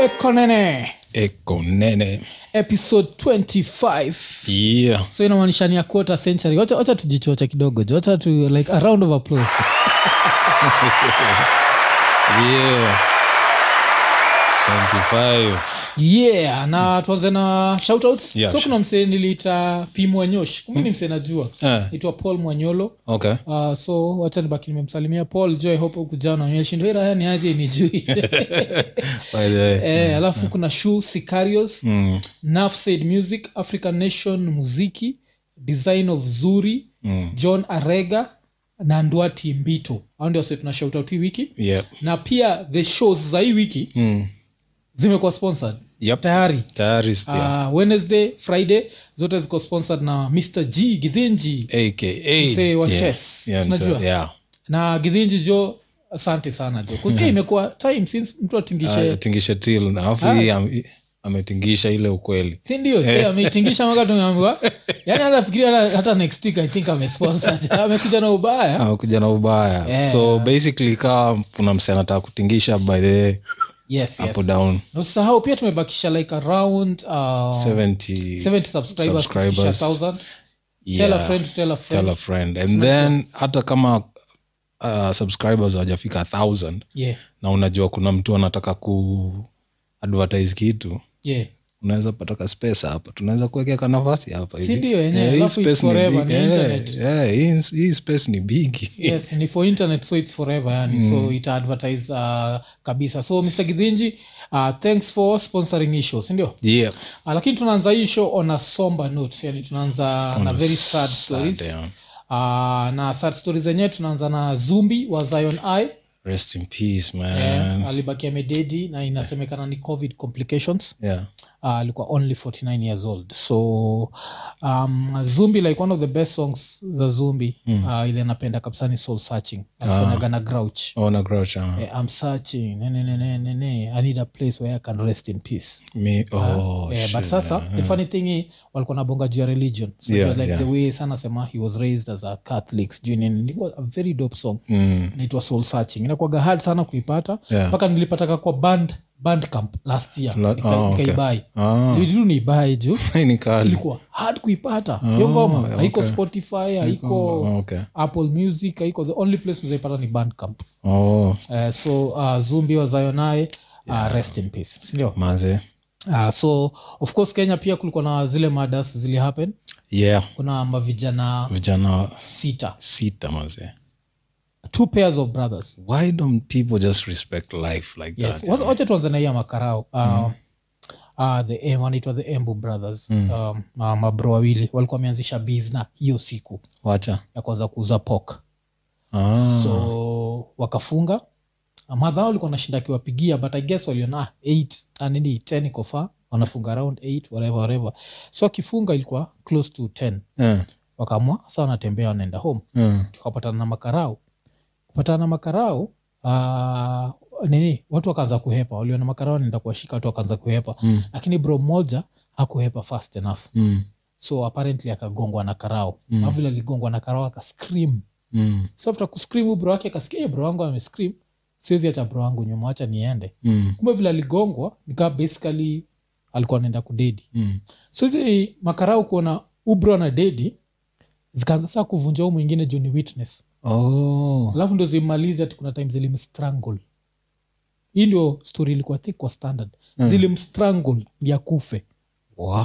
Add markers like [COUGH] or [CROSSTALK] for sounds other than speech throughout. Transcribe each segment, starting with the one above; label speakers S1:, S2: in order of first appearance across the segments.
S1: ekonene
S2: eko nene
S1: episode 25
S2: yeah.
S1: so inamaanisha ni a quarter century wacha wacha tujichocha kidogo jo wacha tu like a round of applause
S2: yeah. 25
S1: yeah na tuanze na shoutouts
S2: Yeah,
S1: so
S2: sure. Hmm.
S1: kuna msee niliita p mwanyosh kumbe ni msee najua
S2: Eh,
S1: naitwa paul mwanyolo
S2: okay
S1: Uh, so wacha nibaki nimemsalimia paul jo ihope ukujao nanyeshindo hiraya ni aje nijui
S2: [LAUGHS]
S1: [LAUGHS]
S2: By the way.
S1: eh, alafu kuna shu sicarios
S2: Mm,
S1: nafsaid music african nation muziki design of zuri
S2: mm.
S1: john arega na ndwati mbito au ndio wase tuna shout out hii wiki
S2: Yep.
S1: na pia the shows za hii wiki
S2: Mm.
S1: zimekuwa sponsored
S2: Yep.
S1: tayari
S2: tayari s- yeah.
S1: uh, wednesday friday zote ziko sponsored na mr g gidhinji
S2: aka
S1: msee wa
S2: yeah.
S1: chess,
S2: Yeah,
S1: si unajua?
S2: msee- yeah.
S1: na gidhinji jo asante sana jo
S2: [LAUGHS]
S1: kusikia imekuwa time since mtu atingishe
S2: Ah, tingisha til na alafu
S1: Ah.
S2: hii am- ametingisha ile ukweli
S1: sindio
S2: eh.
S1: ameitingisha maka tumeambiwa
S2: [LAUGHS]
S1: yani Yaani hata fikiria hata- hata next week i think amesponsor amekuja na ubaya
S2: akuja Ah, na ubaya
S1: Yeah.
S2: so basically kaa kuna msee anataka kutingisha by the way,
S1: yes, yes.
S2: hapo down
S1: Na usisahau pia tumebakisha like around uh,
S2: 70
S1: 70 subscribers
S2: Subscribers.
S1: kufikisha 1000
S2: yeah.
S1: tell a friend to tell a friend
S2: tell a friend and then hata kama uh, subscribers hawajafika 1000
S1: yeah
S2: na unajua kuna mtu anataka ku advertise kitu
S1: yeah
S2: unaweza pata ka space hapa tunaweza kuwekea ka nafasi hapa hivi.
S1: Si ndio yenyewe,
S2: Eh, hii
S1: alafu it's
S2: space ni
S1: forever,
S2: big.
S1: ni
S2: Eh,
S1: internet.
S2: eh, hii- hii space ni
S1: [LAUGHS]
S2: bigi
S1: yes ni for internet so it's forever yani so ita advertise uh, kabisa so mr gidhinji uh, thanks for sponsoring hii show sindio
S2: yeah.
S1: uh, lakini tunaanza hii show on a somber note yani tunaanza na very sad stories
S2: Sad, yeah.
S1: uh, na sad stories zenyewe tunaanza na zumbi wa zion i
S2: rest in peace man
S1: yeah.
S2: yeah.
S1: alibaki amededi na inasemekana ni covid complications
S2: Yeah.
S1: uh, alikuwa only 49 years old so um, zumbi like one of the best songs za zumbi
S2: Hmm.
S1: mm. uh, ile napenda kabisa ni soul searching
S2: Ah.
S1: alikonagana grouch
S2: ona grouch ah.
S1: Eh, i'm searching ne, ne, ne, ne, ne, ne. i need a place where i can rest in peace
S2: Me- oh,
S1: Eh, but
S2: shit,
S1: sasa
S2: yeah.
S1: the funny thing is walikuwa nabonga juu ya religion so
S2: Yeah,
S1: yeah, like
S2: yeah.
S1: the way sana sema he was raised as a catholic sijui nini ilikuwa a very dope song
S2: Mm.
S1: inaitwa soul searching inakuwaga hard sana kuipata
S2: Yeah.
S1: mpaka nilipataka kwa band bandcamp last year
S2: La-
S1: Nika-
S2: oh, okay.
S1: nikaibai
S2: Ah, [LAUGHS]
S1: nilidu niibai juu
S2: ni kali
S1: ilikuwa hard kuipata hiyo ngoma haiko
S2: okay.
S1: spotify haiko
S2: Oh, okay.
S1: apple music haiko the only place uzaipata ni bandcamp
S2: oh,
S1: uh, so uh, zumbi wazayo naye uh, rest in peace sindio
S2: maze
S1: uh, so of course kenya pia kulikuwa na zile madas zili happen
S2: yeah
S1: kuna mavijana
S2: vijana
S1: sita
S2: sita maze
S1: two pairs of brothers
S2: why don't people just respect life like
S1: yes
S2: that
S1: Wacha- wacha tuanze na hiya makarao uh, Uh, the M- wanaitwa the embu brothers mm. um, uh, mabro wawili walikuwa wameanzisha bizna hiyo siku
S2: wacha
S1: ya kwanza kuuza pok
S2: ah,
S1: so wakafunga madha walikuwa wanashinda akiwapigia but i guess waliona ah, eight, ah, nini 10 iko far wanafunga around 8 whatever whatever so akifunga ilikuwa close to 10
S2: eh,
S1: wakaamua sa wanatembea wanaenda home
S2: eh,
S1: tukapatana na makarau kupatana na makarau ah, nini watu wakaanza kuhepa waliona makarau wanaenda kuwashika watu wakaanza kuhepa
S2: Mm.
S1: lakini bro mmoja hakuhepa fast enough
S2: mm,
S1: so apparently akagongwa na karau
S2: Mm.
S1: mm. vile aligongwa na karau akascream
S2: mm,
S1: so after kuscream bro wake akasikia "Eh, bro wangu amescream siwezi hata bro wangu nyuma acha niende
S2: mm,
S1: kumbe vile aligongwa nikaa basically alikuwa anaenda kudedi
S2: mm.
S1: so hizi makarau kuona ubro na dedi zikaanza saa kuvunja huu mwingine juu ni witness
S2: oh
S1: alafu ndo zimalizi ati kuna time zilimstrangle hii ndio story ilikuwa thick kwa standard
S2: Mm.
S1: zilimstrangle ya kufe
S2: wow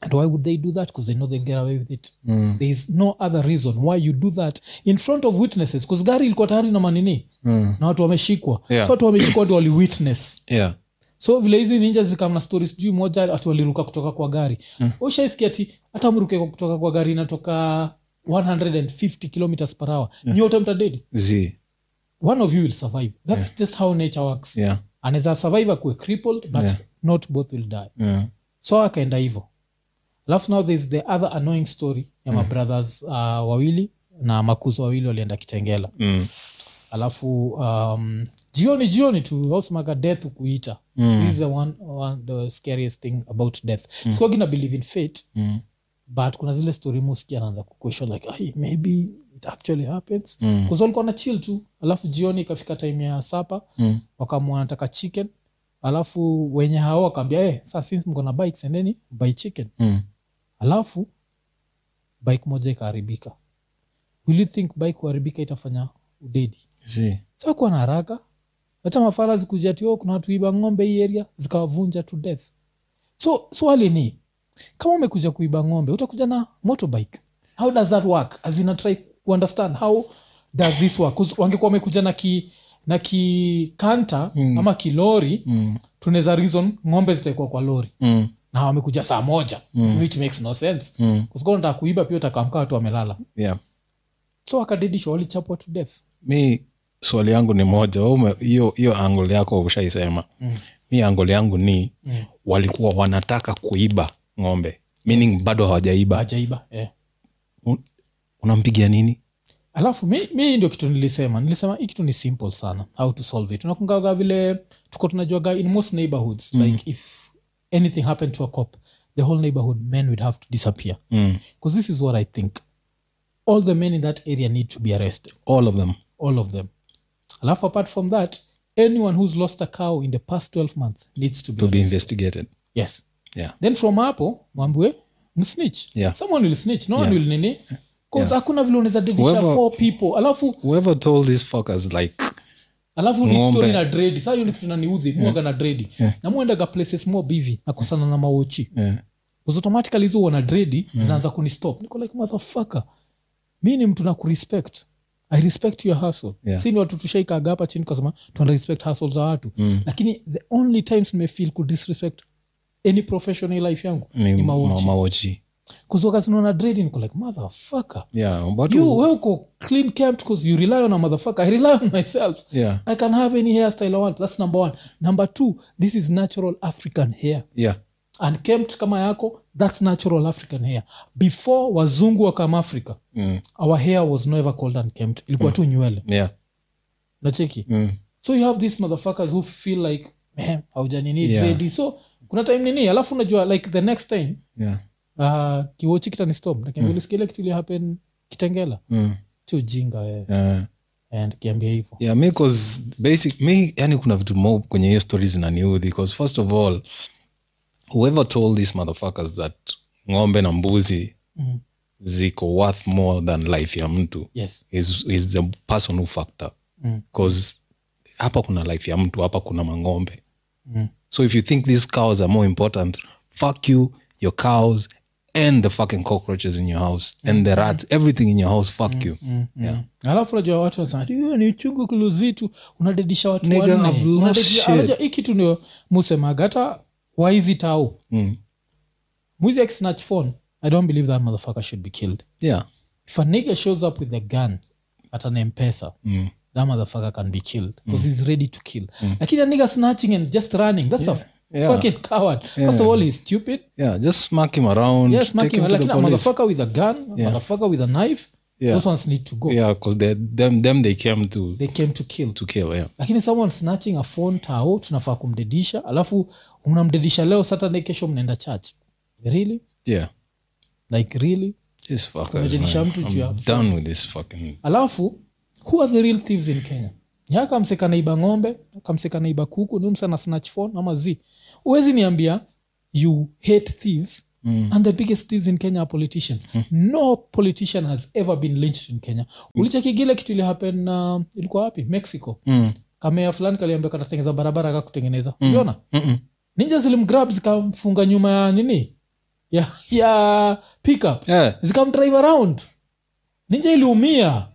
S1: and why would they do that because they know they'll get away with it
S2: mm,
S1: there is no other reason why you do that in front of witnesses because gari ilikuwa tayari na manini
S2: mm.
S1: na watu wameshikwa
S2: Yeah.
S1: so watu wameshikwa ndio waliwitness
S2: yeah
S1: so vile hizi ninja zilikam na stori sijui moja watu waliruka kutoka kwa gari mm. ushaisikia ati hata mruke kwa- kutoka kwa gari inatoka 150 kilometers per hour yeah. nyote mtadedi
S2: z
S1: one of you will survive that's yeah. just how nature works yeah.
S2: yeah
S1: anaweza survive akuwe crippled but
S2: Yeah.
S1: yeah. not both will die
S2: yeah
S1: so akaenda hivyo alafu now thereis the other annoying story ya mabrothers uh, wawili na makuzo wawili walienda kitengela
S2: mm,
S1: alafu um, jioni jioni tu ausmaga death kuita
S2: Mm.
S1: this is the one, one the scariest thing about death mm. sikuagina believe in fate
S2: mm,
S1: but kuna zile story muski anaanza kuquestion like "Ai, maybe it actually happens
S2: Mm.
S1: mm. walikuwa na chill tu alafu jioni ikafika time ya sapa
S2: mm.
S1: wakamua nataka chicken alafu wenye hao wakaambia hey, saa since mko na bikes endeni buy chicken
S2: Mm.
S1: alafu bike moja ikaharibika will you think bike kuharibika itafanya udedi
S2: See.
S1: sa kuwa na haraka hata mafara zikuja tio kuna watu iba ng'ombe hii area zikawavunja to death so swali ni kama umekuja kuiba ng'ombe utakuja na motorbike how does that work as in I try to understand how does this work 'Cause wangekuwa wamekuja na ki na kikanta
S2: Mm.
S1: ama kilori
S2: Mm.
S1: tunaweza reason ng'ombe zitaekwa kwa lori
S2: Mm.
S1: na wamekuja saa moja
S2: Mm.
S1: which makes no sense
S2: Mm.
S1: kusikonataka kuiba pia utakamka watu wamelala
S2: Yeah.
S1: so wakadedishwa walichapwa to death
S2: mi swali yangu ni moja wewe ume- hiyo hiyo angol yako ushaisema
S1: mm.
S2: mi angol yangu ni
S1: Mm.
S2: walikuwa wanataka kuiba ng'ombe meaning bado hawajaiba
S1: ajaiba eh.
S2: Un- unampigia nini
S1: alafu mi, mi ndio kitu nilisema nilisema hii kitu ni simple sana how to solve it unakungaga vile tuko tunajuaga in most neighborhoods mm. like if anything happened to a cop the whole neighborhood men would have to disappear
S2: mm.
S1: because this is what i think all the men in that area need to be arrested
S2: all of them
S1: all of them alafu apart from that anyone who's lost a cow in the past 12 months needs to be,
S2: to be
S1: arrested.
S2: investigated
S1: yes
S2: yeah
S1: then from hapo mwambie msnitch
S2: Yeah.
S1: someone will snitch no
S2: Yeah.
S1: one will nini bcause hakuna vile unaweza dedisha
S2: Whoever-
S1: four people alafu
S2: whoever told these fuckers like
S1: alafu ni
S2: Ng'ombe.
S1: story na dredi saa hiyo ni kitu naniudhi mwaga na dredi
S2: Yeah.
S1: na muendaga places more bivi nakosana na mawochi
S2: eh,
S1: Because automatically hizo wana dredi zinaanza kunistop niko like motherfucker mi ni mtu na kurespect i respect your hustle
S2: Yeah.
S1: si ni watu tushaikaga hapa chini kasema tuna respect hustle za watu
S2: Mm.
S1: lakini the only times nimefeel ku disrespect any professional life yangu
S2: ni
S1: ni
S2: ma-
S1: mawochi
S2: mawochi
S1: kuzokazinaona dredi niko like motherfucker
S2: yeah but
S1: you we uko clean kept 'cause you rely on a motherfucker i rely on myself
S2: yeah
S1: I can have any hairstyle I want. That's number one. Number two, this is natural African hair.
S2: yeah
S1: And kempt kama yako, that's natural African hair. Before wazungu wakam Africa,
S2: mm.
S1: our hair was never called unkempt. Ilikuwa tu nywele.
S2: yeah
S1: Nacheki.
S2: mm.
S1: So you have these motherfuckers who feel like, man, haujanini
S2: Yeah.
S1: yeah. So kuna time nini, alafu unajua like the next time
S2: yeah
S1: uh, kiwochi kitanistom nakiambia ulisikia ile kitu ili happen kitengela
S2: mm.
S1: cho jinga wewe
S2: yeah
S1: and kiambia hivyo
S2: yeah mi 'cause basic mi yani kuna vitu mo kwenye hiyo stori zinaniudhi bcause first of all whoever told these motherfuckers that ng'ombe na mbuzi
S1: mm.
S2: ziko worth more than life ya mtu
S1: yes
S2: is, is the person who fucked up
S1: mm.
S2: bcause hapa kuna life ya mtu hapa kuna mang'ombe
S1: Mm.
S2: so if you think these cows are more important fuck you your cows and the fucking cockroaches in your house and the rats everything in your house fuck you
S1: Mm, mm. alafu najua watu wanasema "Hiyo ni uchungu kulose vitu unadedisha watu
S2: Nigga,
S1: wanne."
S2: I've lost
S1: Unadedisha-
S2: shit.
S1: unajua, hii kitu ndio musemaga hata waizi tao
S2: mm.
S1: mwizi akisnatch phone i don't believe that motherfucker should be killed
S2: yeah
S1: if a nigger shows up with a gun at an mpesa
S2: mm.
S1: that motherfucker can be killed because he's ready to kill lakini a nigger snatching and just running that's a
S2: Yeah.
S1: fucking coward first of all he's stupid
S2: yeah just smack him around
S1: yes
S2: take him
S1: smacking
S2: to the
S1: lakini a
S2: police
S1: motherfucker with a gun a motherfucker with a knife
S2: Yeah.
S1: those ones need to go
S2: yeah because them them they came to
S1: they came to kill
S2: to kill yeah
S1: lakini someone snatching a phone tao tunafaa kumdedisha alafu unamdedisha leo saturday kesho mnaenda church really
S2: yeah
S1: like really
S2: this fucker
S1: Umejidisha mtu juu ya-
S2: I'm done with this fucking
S1: alafu who are the real thieves in kenya yaka mseka naiba ng'ombe kamseka naiba kuku ni msana snatch phone ama z huwezi niambia you hate thieves
S2: Mm.
S1: and the biggest thieves in kenya are politicians no politician has ever been lynched in kenya ulichekigile kitu ili happen uh, ilikuwa wapi mexico
S2: mm.
S1: kamea fulani kaliambia katatengeneza barabara akakutengeneza uliona
S2: Mm-mm.
S1: ninja zilimgrab zikamfunga nyuma ya nini ya, ya pickup
S2: yeah
S1: zikamdrive around ninja iliumia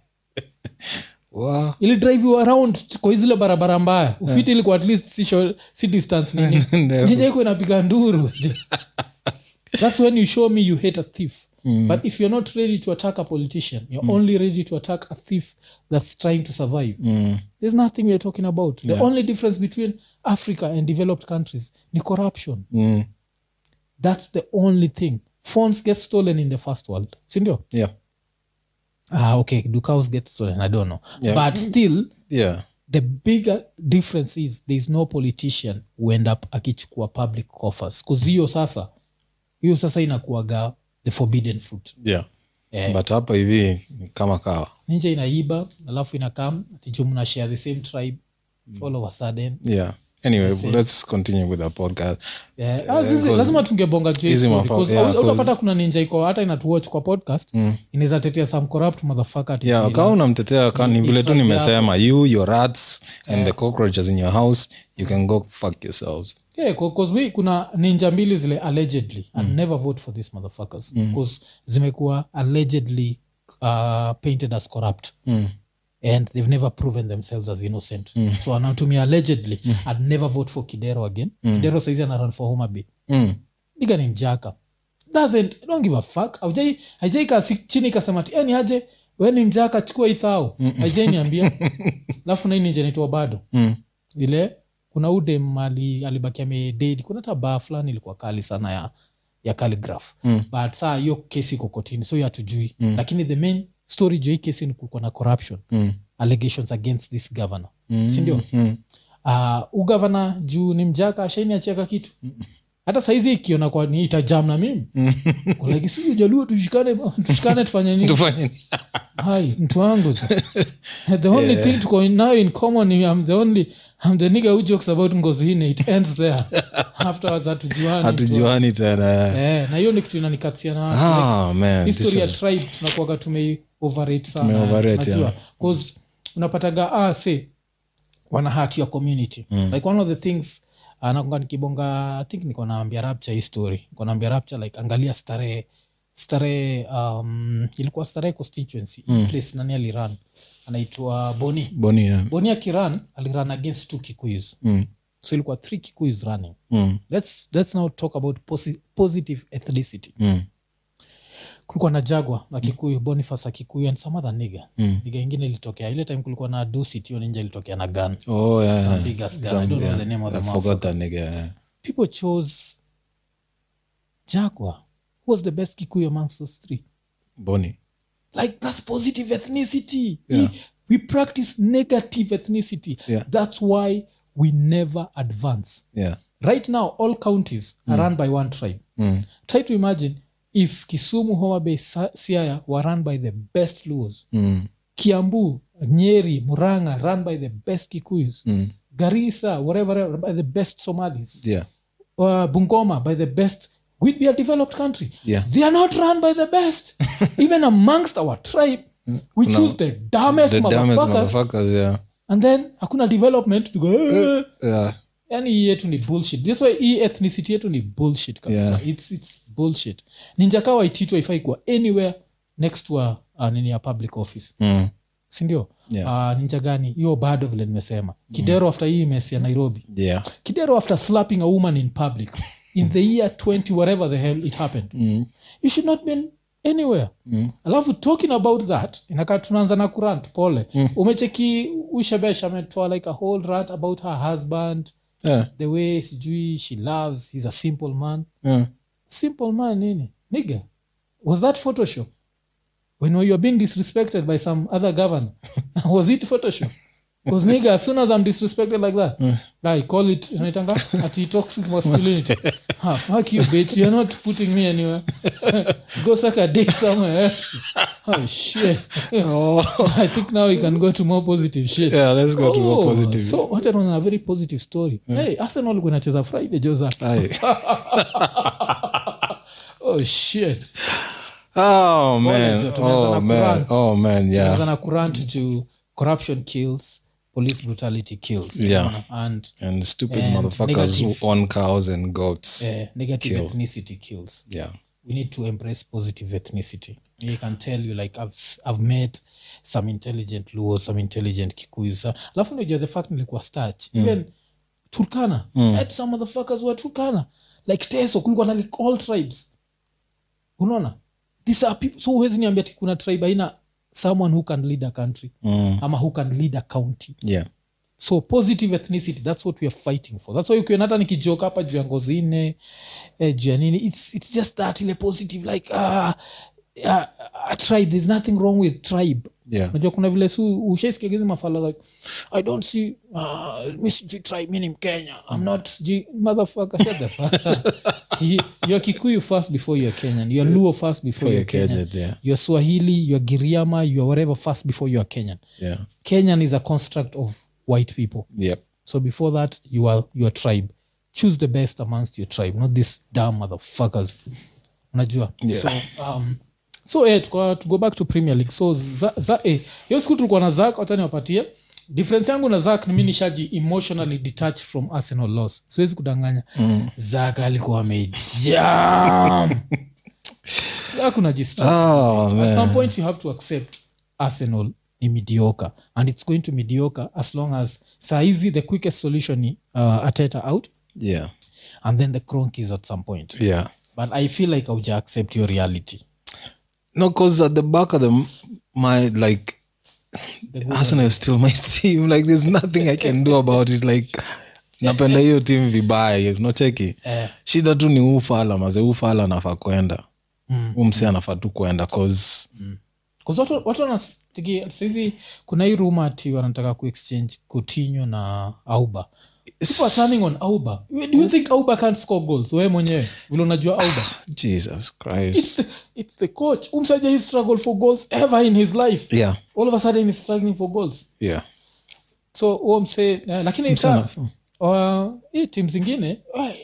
S2: [LAUGHS] wow
S1: ilidrive around kwa zile barabara mbaya
S2: Eh.
S1: ufiti ilikuwa at least si, short, si distance nini [LAUGHS]
S2: Ndefu.
S1: ninja iko inapiga nduru [LAUGHS] that's when you show me you hate a thief
S2: Mm.
S1: but if you're not ready to attack a politician you're only ready to attack a thief that's trying to survive
S2: mm.
S1: there's nothing we're talking about the
S2: Yeah.
S1: only difference between africa and developed countries ni corruption
S2: Mm.
S1: that's the only thing phones get stolen in the first world sindio
S2: yeah
S1: ah, okay do cows get stolen i don't know
S2: Yeah.
S1: but still
S2: yeah
S1: the bigger difference is there is no politician who end up akichukua public coffers bcause hiyo sasa hiyo sasa inakuaga the forbidden fruit
S2: yeah
S1: Eh.
S2: but hapa hivi ni kama kawa
S1: ninja inaiba alafu inakam atijumna share the same tribe all of a sudden
S2: yeah anyway
S1: That's it.
S2: let's continue with our podcast
S1: Yeah.
S2: Yeah,
S1: Ah, sisi-
S2: cause-
S1: lazima tungebonga juu ya
S2: hizi
S1: story,
S2: mapa-
S1: cause
S2: yeah,
S1: au-
S2: cause-
S1: utapata kuna ninja iko hata inatuwatch kwa podcast
S2: Mm.
S1: inaweza tetea some corrupt motherfucker at
S2: yeah
S1: Disneyland.
S2: kaa unamtetea ka ni
S1: Ni-
S2: vile tu
S1: ni-
S2: nimesema you your rats and
S1: Yeah.
S2: the cockroaches in your house you can go fuck yourselves
S1: yeah, co- cause we kuna ninja mbili zile allegedly mm. never vote for these motherfuckers
S2: Mm.
S1: cause zimekuwa allegedly uh, painted as corrupt
S2: mm.
S1: and they've never proven themselves as innocent
S2: Mm.
S1: so anatumia allegedly mm. I'd never vote for kidero again
S2: Mm.
S1: kidero saizi ana run for homabay
S2: Mm.
S1: diga ni mjaka doesn't don't give a fuck haujai haijai kaa si- chini ikasema ti ni aje we ni mjaka chukua ithao haijai
S2: [LAUGHS]
S1: niambia alafu nai ninje naitwa bado
S2: Mm.
S1: ile kuna udem ali, alibaki amededi kuna hata baa fulani ilikuwa kali sana ya ya calligraph
S2: Mm.
S1: but saa hiyo kesi iko kotini so hiyo hatujui
S2: Mm.
S1: lakini the main story juu hii kesi ni kulikuwa na corruption
S2: Mm.
S1: allegations against this governor
S2: Mm.
S1: Sindio?
S2: Mm.
S1: uh, ugavana juu ni mjaka ashainiacheka kitu
S2: Mm.
S1: hata saizi ikiona kwa ni itajam na mimi like siju jaluo tushikane tushikane tufanye
S2: [LAUGHS]
S1: nini
S2: Tufanye nini?
S1: hai mtu wangu [LAUGHS] the only
S2: Yeah.
S1: thing tuko in- now in common i'm the only i'm the nigga who jokes about ngozi hine it ends
S2: [LAUGHS]
S1: there afterwards hatujuani
S2: hatujuani tena
S1: eh, na hiyo ni kitu inanikatsia na watu. Like,
S2: ah man this
S1: history ya
S2: is-
S1: tribe tunakuaga tume overrate sana
S2: Tumeoverrate,
S1: Unajua?
S2: yeah.
S1: 'Cause unapataga ah, say wana hurt your community
S2: Mm.
S1: like one of the things ah, nakunga nikibonga i think niko naambia rapture hii story niko naambia rapture like angalia starehe starehe um, ilikuwa starehe constituency
S2: Mm.
S1: place nani aliran anaitwa boni
S2: Boni, yeah.
S1: boni akiran aliran against two kikuis
S2: eh. Mm.
S1: so ilikuwa three kikuis running
S2: Mm.
S1: let's, let's now talk about posi- positive ethnicity
S2: Mm.
S1: kulikuwa na jagwa na kikuyu boniface akikuyu and some other niga
S2: Mm.
S1: niga ingine ilitokea ile time kulikuwa na dusitio ninja ilitokea na gun
S2: Oh, yeah,
S1: Some
S2: yeah.
S1: big ass guy. I
S2: Some-
S1: don't know
S2: yeah.
S1: the name of the
S2: I
S1: motherfucker.
S2: forgot that nigga, eh. yeah.
S1: people chose jagwa who was the best kikuyu amongst those three
S2: Boni.
S1: like that's positive ethnicity
S2: Yeah.
S1: we, we practice negative ethnicity
S2: Yeah.
S1: that's why we never advance
S2: Yeah.
S1: right now all counties are run by one tribe
S2: Mm.
S1: try to imagine if kisumu homa bay Sa- siaya were run by the best luos
S2: Mm.
S1: kiambu nyeri muranga run by the best kikuyus
S2: Mm.
S1: garissa whatever by the best somalis
S2: Yeah.
S1: uh, bungoma by the best we'd be a developed country
S2: Yeah.
S1: they are not run by the
S2: [LAUGHS]
S1: best even amongst our tribe we
S2: Kuna-
S1: choose the dumbest
S2: The dumbest
S1: motherfuckers
S2: motherfuckers, yeah.
S1: and then hakuna development to go "Eh."
S2: Yeah.
S1: yani hii yetu ni bullshit this way hii ethnicity yetu ni bullshit kabisa
S2: Yeah.
S1: it's, it's bullshit ninjaka waititu haifai kuwa anywhere next to a, a, nini ya public office
S2: Mm.
S1: sindio
S2: Yeah. Mm.
S1: uh, ninja gani hiyo bado vile nimesema kidero after hii mesi ya nairobi
S2: Yeah.
S1: kidero after slapping a woman in public in the year 20 wherever the hell it happened
S2: Mm.
S1: you should not been anywhere
S2: Mm.
S1: alafu talking about that inakaa tunaanza na kurant pole
S2: Mm.
S1: umecheki ushebesh ametoa like a whole rant about her husband
S2: Yeah.
S1: the way sijui she loves he's a simple man
S2: Yeah.
S1: simple man nini nigga was that photoshop when you're being disrespected by some other governor [LAUGHS] was it photoshop because nigga as soon as i'm disrespected like that i call it unaitanga ati toxic
S2: [LAUGHS]
S1: masculinity ha fuck you bitch you're not putting me anywhere [LAUGHS] go suck a dick somewhere else. oh shit
S2: Oh.
S1: i think now we can go to more positive shit
S2: [LAUGHS]
S1: Oh,
S2: Yeah, let's go to more positive.
S1: so wacha tuanze na very positive story hey arsenal kunacheza friday joza [LAUGHS]
S2: Aye.
S1: oh shit
S2: Oh
S1: Pole, Joe,
S2: man.
S1: tumeanza na
S2: Oh man.
S1: kurant.
S2: Oh man.
S1: tunaanza
S2: Yeah.
S1: na kurant juu corruption kills police brutality kills
S2: Yeah.
S1: unaona? and
S2: And stupid
S1: And
S2: motherfuckers
S1: negative.
S2: who own cows and goats. Yeah.
S1: eh, negative
S2: Kill.
S1: ethnicity kills we need to embrace positive ethnicity i can tell you like i've, s- I've met some intelligent luo some intelligent kikuyus alafu najua the fact nilikuwa starch even turkana
S2: Mm.
S1: met some motherfuckers were turkana like teso kulikuwa na like all tribes unaona these are people so huwezi niambia ati kuna tribe haina someone who can lead a country
S2: Mm.
S1: ama who can lead a county
S2: Yeah.
S1: so positive ethnicity that's what we are fighting for that's why ukiona hata nikijoka hapa juu ya ngozi nne eh, juu ya nini it's, it's just that ile positive like ah, ah, ah, tribe there's nothing wrong with tribe
S2: Yeah.
S1: unajua kuna vile su ushaisikia hizi mafala like i don't see uh, mi sijui tribe mi ni mkenya i'm not sijui motherfucker shut the fuck up [LAUGHS] You- you're kikuyu first before you're kenyan you're luo first before
S2: For your
S1: you're kenyan
S2: kids. Yeah.
S1: you're swahili you're giriama you're whatever first before you're kenyan
S2: Yeah.
S1: kenyan is a construct of white people
S2: Yep.
S1: so before that you are your tribe choose the best amongst your tribe not this damn motherfuckers unajua
S2: Yeah.
S1: so, um, so eh, tuka, to go back to premier league so za, za, eh, hiyo siku tulikuwa na zak wacha niwapatie difference yangu na zak ni mi nishaji emotionally detached from arsenal loss siwezi kudanganya
S2: Mm.
S1: zak alikuwa
S2: [LAUGHS]
S1: amejam zak unajistress.
S2: Oh,
S1: At some
S2: man.
S1: point, you have to accept Arsenal ni mediocre, and it's going to mediocre as long as Saizi, the quickest solution ni uh, Ateta out,
S2: Yeah.
S1: and then the Kronkis at some point.
S2: Yeah.
S1: But I feel like Auja accept your reality.
S2: No, because at the back of the m- my like [LAUGHS]
S1: The good
S2: Arsenal is still my team. Like there's nothing I can do about it.
S1: [LAUGHS]
S2: Like napenda hiyo team vibaya. No cheki.
S1: Eh,
S2: Shida tu ni ufala maze ufala anafaa kwenda.
S1: mm.
S2: Huyu msee anafaa tu kwenda cause
S1: 'Cause watu watu wanasikia saizi kuna hii ruma ati wanataka kuexchange Coutinho na Auba. People are turning on Auba. Do you think Auba can't score goals? Wewe mwenyewe vile unajua Auba.
S2: Jesus
S1: [LAUGHS] It's
S2: Christ.
S1: the, it's the coach. Umsaje he struggle for goals ever in his life.
S2: Yeah.
S1: all of a sudden he's struggling for goals
S2: Yeah.
S1: so huo msee eh, lakini
S2: Msee
S1: sa
S2: anafaa-
S1: uh, hii timu zingine eh,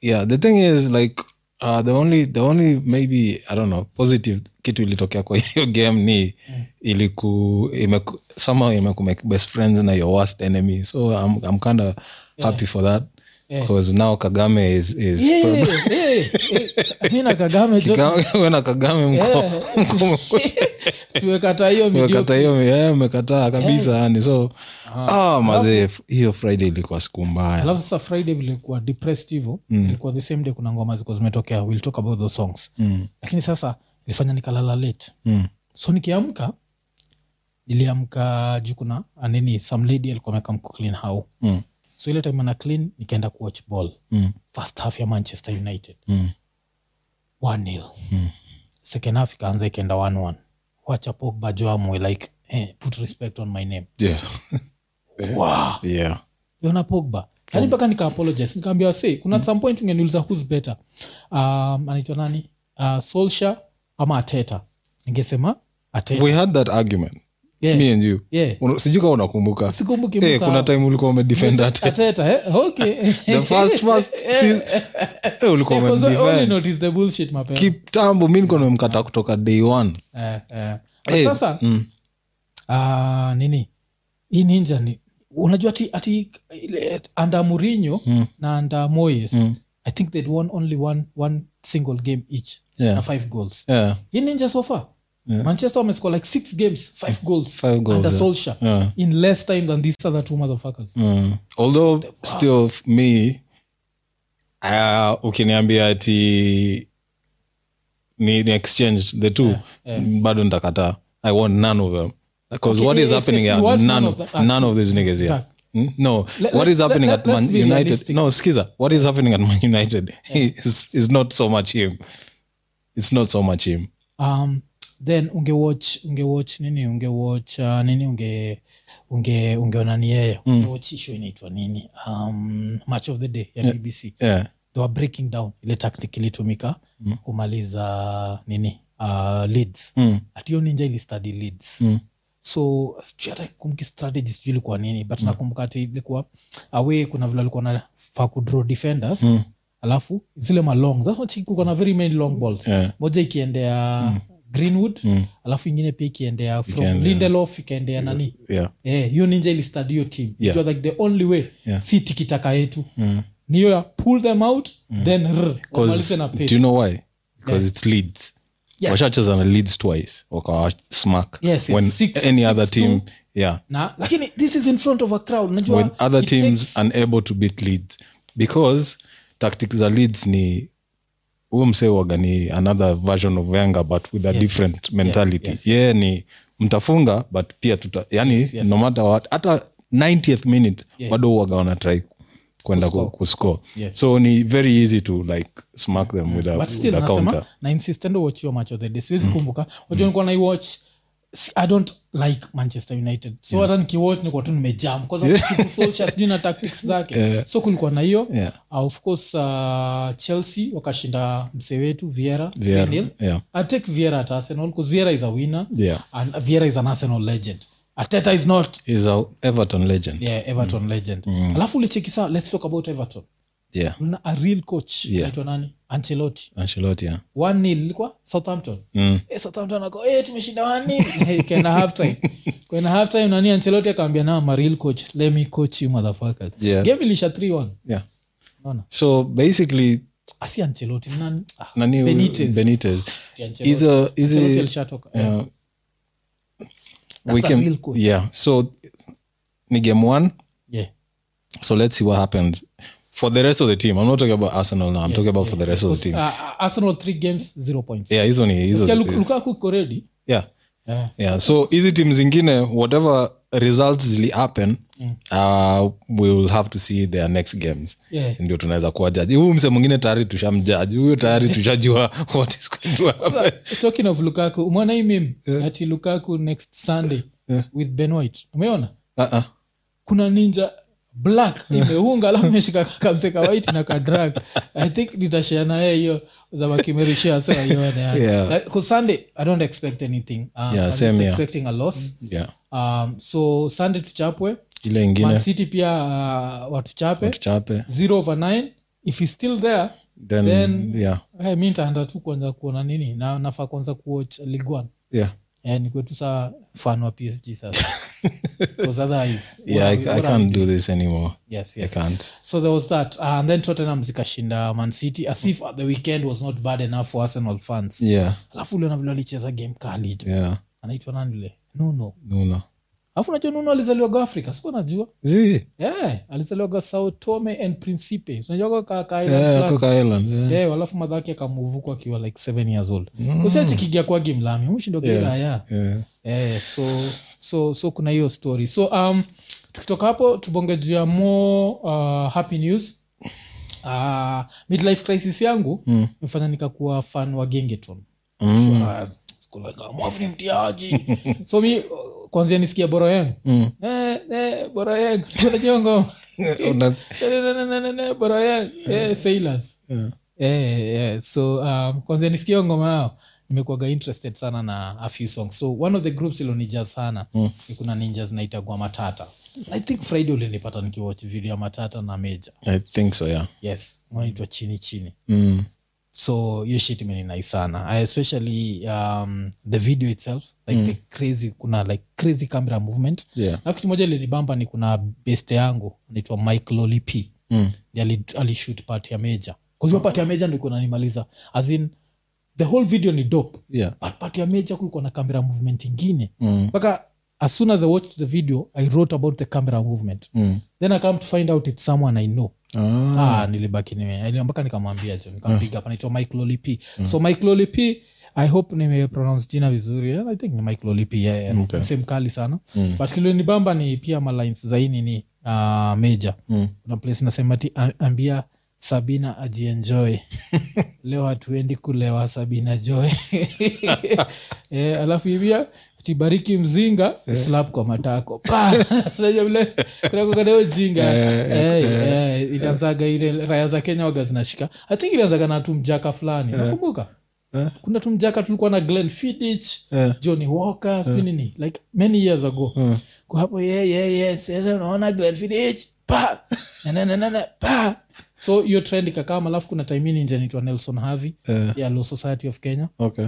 S2: yeah the thing is like uh, the only the only maybe i don't know positive kitu ilitokea kwa [LAUGHS] hiyo game ni
S1: Mm.
S2: iliku imeku, somehow imeku make best friends na your worst enemy so i'm, I'm kind of happy for that
S1: Yeah.
S2: because now kagame is, is
S1: yeah, yeah, yeah. eh, mi na kagame [LAUGHS] jo
S2: Kagame- [LAUGHS] wewe na kagame mko
S1: Yeah. tumekata hiyo
S2: umekata
S1: midio
S2: hiyo yeah, umekataa kabisa yani so ah mazee hiyo friday ilikuwa siku mbaya
S1: alafu sasa friday vilikuwa depressed hivo
S2: Mm.
S1: ilikuwa the same day kuna ngoma ziko zimetokea we'll talk about those songs
S2: mm,
S1: lakini sasa ilifanya nikalala late
S2: mm,
S1: so nikiamka niliamka juu kuna ah, nini some lady alikuwa ameka mku clean how
S2: mm,
S1: so ile time ana clean nikaenda kuwatch ball
S2: mm,
S1: first half ya manchester united
S2: mm,
S1: 1-0
S2: mm.
S1: second half ikaanza ikaenda 1-1 wacha pogba joamwe like eh, put respect on my name
S2: yeah Eh.
S1: wow.
S2: yeah
S1: yona pogba yani mpaka nikaapologize nikaambia wase kuna
S2: Hmm.
S1: at some point ungeniuliza who's better um, anaitwa nani uh, solsha ama ateta ningesema ateta
S2: we had that argument
S1: yeah.
S2: me and you
S1: yeah.
S2: Una- sijui kama unakumbuka
S1: sikumbuki
S2: hey,
S1: Musa.
S2: kuna time ulikuwa
S1: [LAUGHS]
S2: umedefend Ate-
S1: ateta eh? okay [LAUGHS]
S2: the first first se- Eh, ulikuwa
S1: Yeah, 'cause I only
S2: umedefend
S1: noticed the bullshit mapema
S2: kitambo mi nilikuwa nimemkata kutoka day one
S1: eh, eh.
S2: Eh,
S1: sasa
S2: mm,
S1: Ah, nini hii ninja ni unajua ati, ati ile anda Mourinho
S2: mm,
S1: na anda moyes
S2: mm.
S1: i think they'd won only one, one single game each
S2: Yeah.
S1: na five goals
S2: Yeah,
S1: hii ninja so far
S2: Yeah.
S1: manchester wamescore like six games five goals,
S2: Five goals,
S1: under
S2: yeah.
S1: Solskjaer
S2: yeah,
S1: in less time than these other two motherfuckers
S2: mm. although still f- me uh, ukiniambia ati ni, ni exchange the two
S1: Yeah, yeah.
S2: bado nitakataa i want none of them because
S1: Okay, eh,
S2: what
S1: yes,
S2: is
S1: yes,
S2: happening
S1: yes,
S2: here,
S1: you want
S2: none,
S1: none
S2: of,
S1: of the- ah,
S2: none of these niggas here
S1: Zach.
S2: Hmm? No,
S1: Let-
S2: what
S1: let-
S2: is happening
S1: let-
S2: at Man
S1: let's be
S2: United?
S1: realistic.
S2: No, Skiza, what is happening at Man United [LAUGHS] is is not so much him. It's not so much him.
S1: um, then ungewatch ungewatch nini ungewatch uh, nini unge unge ungeonani yeye
S2: Mm.
S1: ungewatch issue inaitwa nini um, match of the day ya
S2: Yeah.
S1: bbc
S2: Yeah,
S1: they were breaking down ile tactic ilitumika
S2: Mm.
S1: kumaliza nini uh, leads
S2: mm.
S1: atiyo ninja ilistudy leads
S2: Mm.
S1: so sijui hata kumbuki strategy sijui ilikuwa nini
S2: Mm.
S1: but nakumbuka ati ilikuwa awe kuna vile alikuwa na fa kudraw defenders
S2: Mm.
S1: alafu zile malong zachikuka na very many long balls
S2: Yeah.
S1: moja ikiendea greenwood
S2: Mm.
S1: alafu ingine pia ikiendea from
S2: Ikiendea-
S1: lindelof ikaendea nani
S2: Yeah.
S1: Eh, hiyo ninja ilistadi hiyo team It
S2: Yeah.
S1: was like the only way
S2: Yeah.
S1: si tikitaka yetu
S2: Mm.
S1: ni hiyo ya pull them out then rrr, wamalize
S2: Because
S1: na pace.
S2: Mm. do you know why? Because
S1: Yeah.
S2: it's Leeds.
S1: Yeah.
S2: Washacheza na Leeds twice. Wakawa smack.
S1: Yes, it's
S2: when
S1: six-
S2: any other
S1: six-two.
S2: team, yeah,
S1: na lakini this is in front of a crowd Unajua,
S2: when other
S1: it
S2: teams
S1: takes-
S2: unable to beat Leeds because tactics za Leeds ni huyo msee waga ni another version of Wenger but with a
S1: Yes.
S2: different mentality
S1: yes.
S2: yeye ni mtafunga but pia tuta yani
S1: Yes, yes.
S2: no matter what hata 90th minute
S1: Yeah.
S2: bado waga wana try kwenda
S1: Kuscore.
S2: ku- kuscore
S1: Yeah.
S2: so ni very easy to like smack them with a,
S1: but
S2: with
S1: still
S2: a counter Mm.
S1: nasema na insist endo watch hiyo match of the day siwezi kumbuka wajua nilikuwa naiwatch si- i don't like manchester united so hata nikiwatch nilikuwa tu nimejam kwa
S2: [LAUGHS]
S1: sababu siku Solskjaer sijui na tactics zake
S2: Yeah.
S1: so kulikuwa na hiyo
S2: yeah
S1: Uh, of course uh, chelsea wakashinda msee wetu viera
S2: yeah yeah,
S1: i take viera at arsenal 'cause viera is a winner
S2: yeah.
S1: and viera is an arsenal legend ateta is not
S2: He's a Everton legend.
S1: yeah, everton legend
S2: Mm.
S1: alafu ulicheki saa let's talk about everton
S2: Yeah.
S1: una a real coach
S2: Yeah.
S1: anaitwa nani ancelotti
S2: Ancelotti, yeah.
S1: one nil ilikuwa southampton
S2: Mm.
S1: Eh, Southampton wako, eh, tumeshinda [LAUGHS] wani kena halftime kena halftime nani ancelotti akaambia na maril coach let me coach you motherfuckers
S2: Yeah.
S1: game ilisha 3-1
S2: Yeah.
S1: unaona
S2: So basically
S1: asi ancelotti ni nani ah,
S2: nani huyu-
S1: Benitez.
S2: Benitez.
S1: ati Ancelotti.
S2: He's a he's
S1: Ancelotti
S2: a
S1: alishatoka
S2: uh,
S1: That's
S2: we
S1: a real
S2: can
S1: coach.
S2: yeah. So ni game one.
S1: yeah
S2: So let's see what happens for the rest of the team. I'm not talking about Arsenal now. I'm talking about for the rest of the team.
S1: Uh, Arsenal three games zero points
S2: yeah, hizo ni hizo.
S1: Sikia Luk-
S2: hizo-
S1: Lukaku uko ready
S2: Yeah.
S1: yeah.
S2: yeah so hizi team zingine whatever results zili happen
S1: Mm.
S2: uh, we will have to see their next games
S1: Yeah.
S2: ndio tunaweza kuwa jaji huyu mse mwingine tayari tushamjaji huyu tayari tushajua [LAUGHS] what is going to happen
S1: uh, talking of lukaku umeona hii meme ati lukaku next sunday with ben white umeona
S2: uh -uh.
S1: kuna ninja black imeunga
S2: [LAUGHS]
S1: alafu imeshika kamseka white na kadrag i think nitashare na yeye hiyo zamakimerishia so aione
S2: Yeah.
S1: yeah. like, 'cause sunday i don't expect anything um,
S2: Yeah,
S1: I'm
S2: same
S1: just
S2: here. Mm.
S1: expecting a loss
S2: yeah
S1: um, so sunday tuchapwe
S2: ile ingine
S1: mancity pia uh, watuchape
S2: tuchape
S1: zero over nine if he's still there
S2: then,
S1: Then-
S2: yeah
S1: hey, mi ntaenda tu kwanza kuona nini na nafaa kwanza kuwatch Ligue One.
S2: yeah
S1: Eh, nikuwe tu saa fan wa psg
S2: [LAUGHS]
S1: sasa 'Cause otherwise, what
S2: yeah I,
S1: are we-
S2: i
S1: what are we
S2: can't
S1: doing?
S2: do this anymore
S1: Yes,
S2: i
S1: yes.
S2: can't
S1: so there was that uh, and then tottenham zikashinda man city as if the weekend was not bad enough for arsenal fans
S2: yeah
S1: alafu uliona vile alicheza game kali tu.
S2: yeah
S1: anaitwa nani yule? nuno
S2: nuno
S1: alafu unajua nuno alizaliwaga africa sikuwa najua
S2: zi
S1: yeah, Eh, alizaliwaga sao tome and principe unajua
S2: yeah,
S1: kakaila
S2: kutoka Ireland yeah.
S1: yeah, alafu madhake akamuvuku akiwa like seven years old
S2: Mm.
S1: usiachikigia kwa game lami ushindo
S2: Yeah.
S1: yeah. ya
S2: yeah.
S1: yeah, so, so, so kuna hiyo story so um, tukitoka hapo tubonge juu ya more uh, happy news uh, midlife crisis yangu
S2: Mm.
S1: imefanya nikakuwa fan wa gengeton
S2: Mm.
S1: uh, "Ah,
S2: [LAUGHS]
S1: mtiaji so mi uh, kwanzia nisikia boroyang
S2: Mm.
S1: eh, eh, [LAUGHS] boroyang tunajongo
S2: [LAUGHS] Una-
S1: boroyang eh, sailors
S2: yeah.
S1: yeah, yeah. Eh, so um, kwanzia nisikio ngoma yao nimekuaga interested sana na a few songs so one of the groups ilonija sana
S2: Mm.
S1: ni kuna ninjas naitagwa matata i think friday ulinipata nikiwatch video ya matata na meja
S2: i think so yeah
S1: yes naitwa chini chini
S2: mm.
S1: so hiyo shit imeninai sana I especially um, the video itself like
S2: Mm.
S1: the crazy kuna like crazy camera movement
S2: yeah
S1: alafu kitu moja ilinibamba ni kuna beste yangu anaitwa mike loli p
S2: mm.
S1: alishut part ya meja kwahiyo part ya meja ndiko nanimaliza as in the whole video ni dope
S2: yeah
S1: but part ya meja kulikuwa na camera movement ingine
S2: mm.
S1: mpaka as soon as i watched the video i wrote about the camera movement
S2: Mm.
S1: then i come to find out it's someone i know
S2: Ah.
S1: ah, nilibaki nime ili- mpaka nikamwambia jo nikampiga hapa naitwa mike loli p
S2: Mm.
S1: so mike loli p i hope nimepronounce jina vizuri Yeah, i think ni mike loli p yeah, yeah.
S2: Okay.
S1: mse mkali sana
S2: Mm.
S1: but kilionibamba ni pia malines zaini ni uh, major
S2: Mm.
S1: kuna place nasema ti a- ambia sabina ajienjoy leo hatuendi kulewa sabina joy e, alafu ivia tibariki mzinga slap kwa matako [LAUGHS] Pa! Unajua vile kuna kuko na hiyo jinga
S2: Eh,
S1: Eh, eh, ilianzaga ile raya za kenya waga zinashika i think ilianzaga na tumjaka fulani nakumbuka
S2: Eh.
S1: kuna tumjaka tulikuwa na glen fidich
S2: Eh.
S1: johnny walker sijui nini like many years ago
S2: Mm.
S1: kwa hapo yeah, yeah, yeah. sasa unaona Glenfiddich, pa nananana pa so hiyo trend ikakama alafu kuna time nje anaitwa nelson harvey
S2: Eh.
S1: ya law society of kenya
S2: Okay.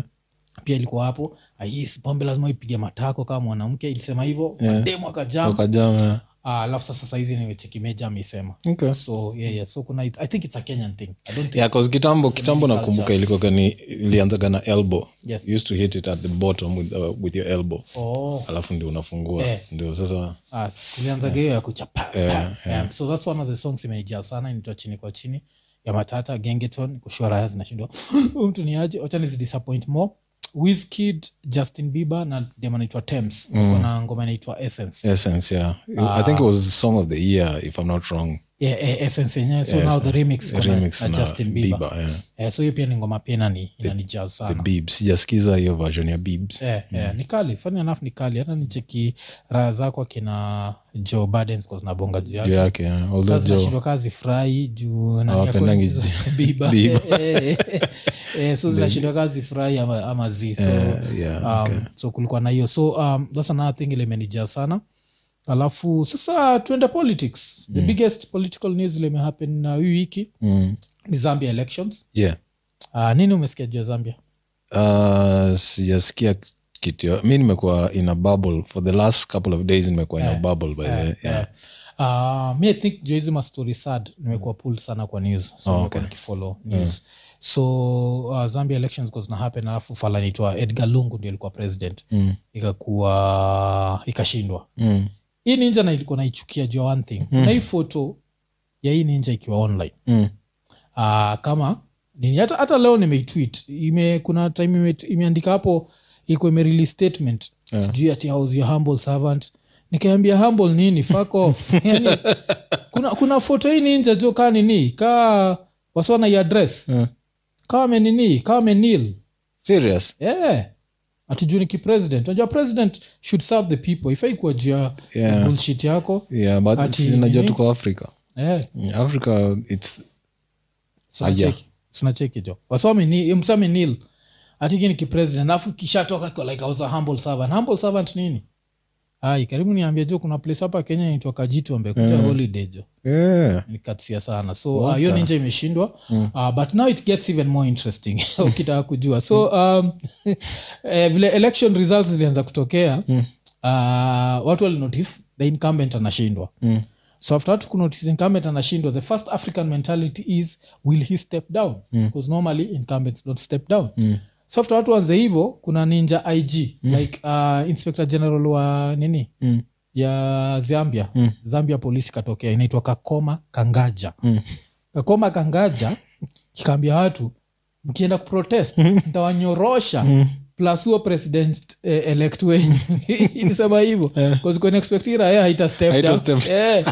S1: pia ilikuwa hapo ahis pombe lazima ipige matako kama mwanamke ilisema hivyo
S2: Yeah.
S1: demo akajam
S2: Toka jam, yeah.
S1: Ah, alafu sasa saizi nimechekimeja ameisema
S2: Okay.
S1: so yeah, yeah. so kuna i think it's a kenyan thing i don't think
S2: Yeah, 'cause kitambo kitambo nakumbuka ilikuwa ni ilianzaga na elbow
S1: Yes.
S2: you used to hit it at the bottom with, uh, with your elbow
S1: oh
S2: alafu ndio unafungua
S1: Eh.
S2: ndio sasa
S1: Ah, tulianzaga hiyo ya kuchapa
S2: Yeah,
S1: so thats one of the songs imenijaa sana inaitwa chini kwa chini ya matata gengeton kushua raya zinashindwa Huyu [LAUGHS] mtu ni aje wacha nizidisappoint more Wizkid, justin bieber na dem anaitwa tems
S2: Mm.
S1: kuna ngoma inaitwa essence
S2: essence yeah
S1: Ah.
S2: i think it was song of the year if i'm not wrong
S1: yeah, eh, essence yenyewe so
S2: Yes,
S1: now the remix iko na-
S2: remix
S1: na
S2: na
S1: uh, justin bieber,
S2: Bieber, yeah.
S1: Eh, so hiyo pia ni ngoma pia inani- inanijazz
S2: the Mm.
S1: sana
S2: bibs sijasikiza hiyo version ya bibs
S1: Eh, eh, ni kali funny enough ni kali hata nicheki raha zako akina joe Budden zikuwa zinabonga juu
S2: juu
S1: yake
S2: yake yeah. although
S1: Sasa
S2: Joe-
S1: zinashindwa kazi furahi juu
S2: Ah,
S1: nani
S2: Hawapendangi
S1: yako-
S2: juu- [LAUGHS]
S1: Bieber. [LAUGHS]
S2: Bieber.
S1: Eh, eh, eh, so zinashindwa kazi furahi ama, ama zi so,
S2: Eh, yeah,
S1: um,
S2: okay.
S1: so kulikuwa na hiyo so um, that's another thing ile imenijaa sana alafu sasa tuende politics the
S2: Mm.
S1: biggest political news ile imehappen uh, hii wiki
S2: Mm.
S1: ni zambia elections
S2: yeah
S1: uh, nini umesikia juu ya zambia
S2: Uh, sijasikia kitu yo- mi nimekuwa in a bubble for the last couple of days nimekuwa in a
S1: Eh,
S2: bubble by the way. yeah.
S1: Uh, mi I think juu hizi mastori sad nimekuwa pulled sana kwa news so
S2: Oh,
S1: nimekuwa
S2: okay. Mm.
S1: nikifollow news so uh, zambia elections kwa zina happen alafu fala naitwa edgar lungu ndio ilikuwa president
S2: Mm.
S1: ikakuwa ikashindwa
S2: Mm.
S1: hii ninja na ilikuwa naichukia juu ya one thing mm. na hii photo ya hii ninja ikiwa online
S2: Mm.
S1: uh, kama nini hata, hata leo nimeitweet ime kuna time ime, imeandika hapo ilikuwa imerelease statement
S2: Yeah.
S1: sijui ati I was your humble servant nikaambia humble nini fuck off
S2: [LAUGHS]
S1: yani, kuna kuna foto hii ninja jo kaa nini kaa wasona ya dress
S2: Yeah.
S1: kaa amenini kaa amenil
S2: serious
S1: yeah. atijuu ni kipresident unajua president should serve the people ifai kuwa juu ya
S2: Yeah.
S1: bullshit yako Eh,
S2: yeah but
S1: Mm-hmm. Ati
S2: si unajua
S1: nini?
S2: tuko africa Mm,
S1: yeah.
S2: africa its Aya.
S1: sinacheki sinacheki jo wasomeni msame nil atiki ni kipresident alafu kishatoka kwa like I was a humble servant humble servant nini ai karibu niambie jo kuna place hapa kenya inaitwa kajitu ambekuja
S2: Mm.
S1: holiday jo
S2: yeah.
S1: nikatsia sana so
S2: What
S1: uh, hiyo
S2: the-
S1: ninja imeshindwa
S2: Mm.
S1: uh, but now it gets even more interesting [LAUGHS] ukitaka kujua so
S2: Mm.
S1: um, [LAUGHS] eh, vile election results zilianza kutokea
S2: Mm.
S1: uh, watu walinotice the incumbent anashindwa
S2: Mm.
S1: so after watu kunotice incumbent anashindwa the first african mentality is will he step down
S2: Mm.
S1: because normally incumbents don't step down
S2: Mm.
S1: so after watu wanze hivo kuna ninja ig like uh, inspector general wa nini
S2: Mm.
S1: ya zambia
S2: Mm.
S1: zambia polisi katokea inaitwa kakoma kangaja
S2: Mm.
S1: kakoma kangaja kikaambia watu mkienda kuprotest
S2: Mm.
S1: ntawanyorosha plus huo president eh, elect
S2: [LAUGHS]
S1: wenyu ilisema hivyo
S2: Eh.
S1: kuzikunaexpectira haita step
S2: Haita
S1: down.
S2: [LAUGHS] step-
S1: Eh,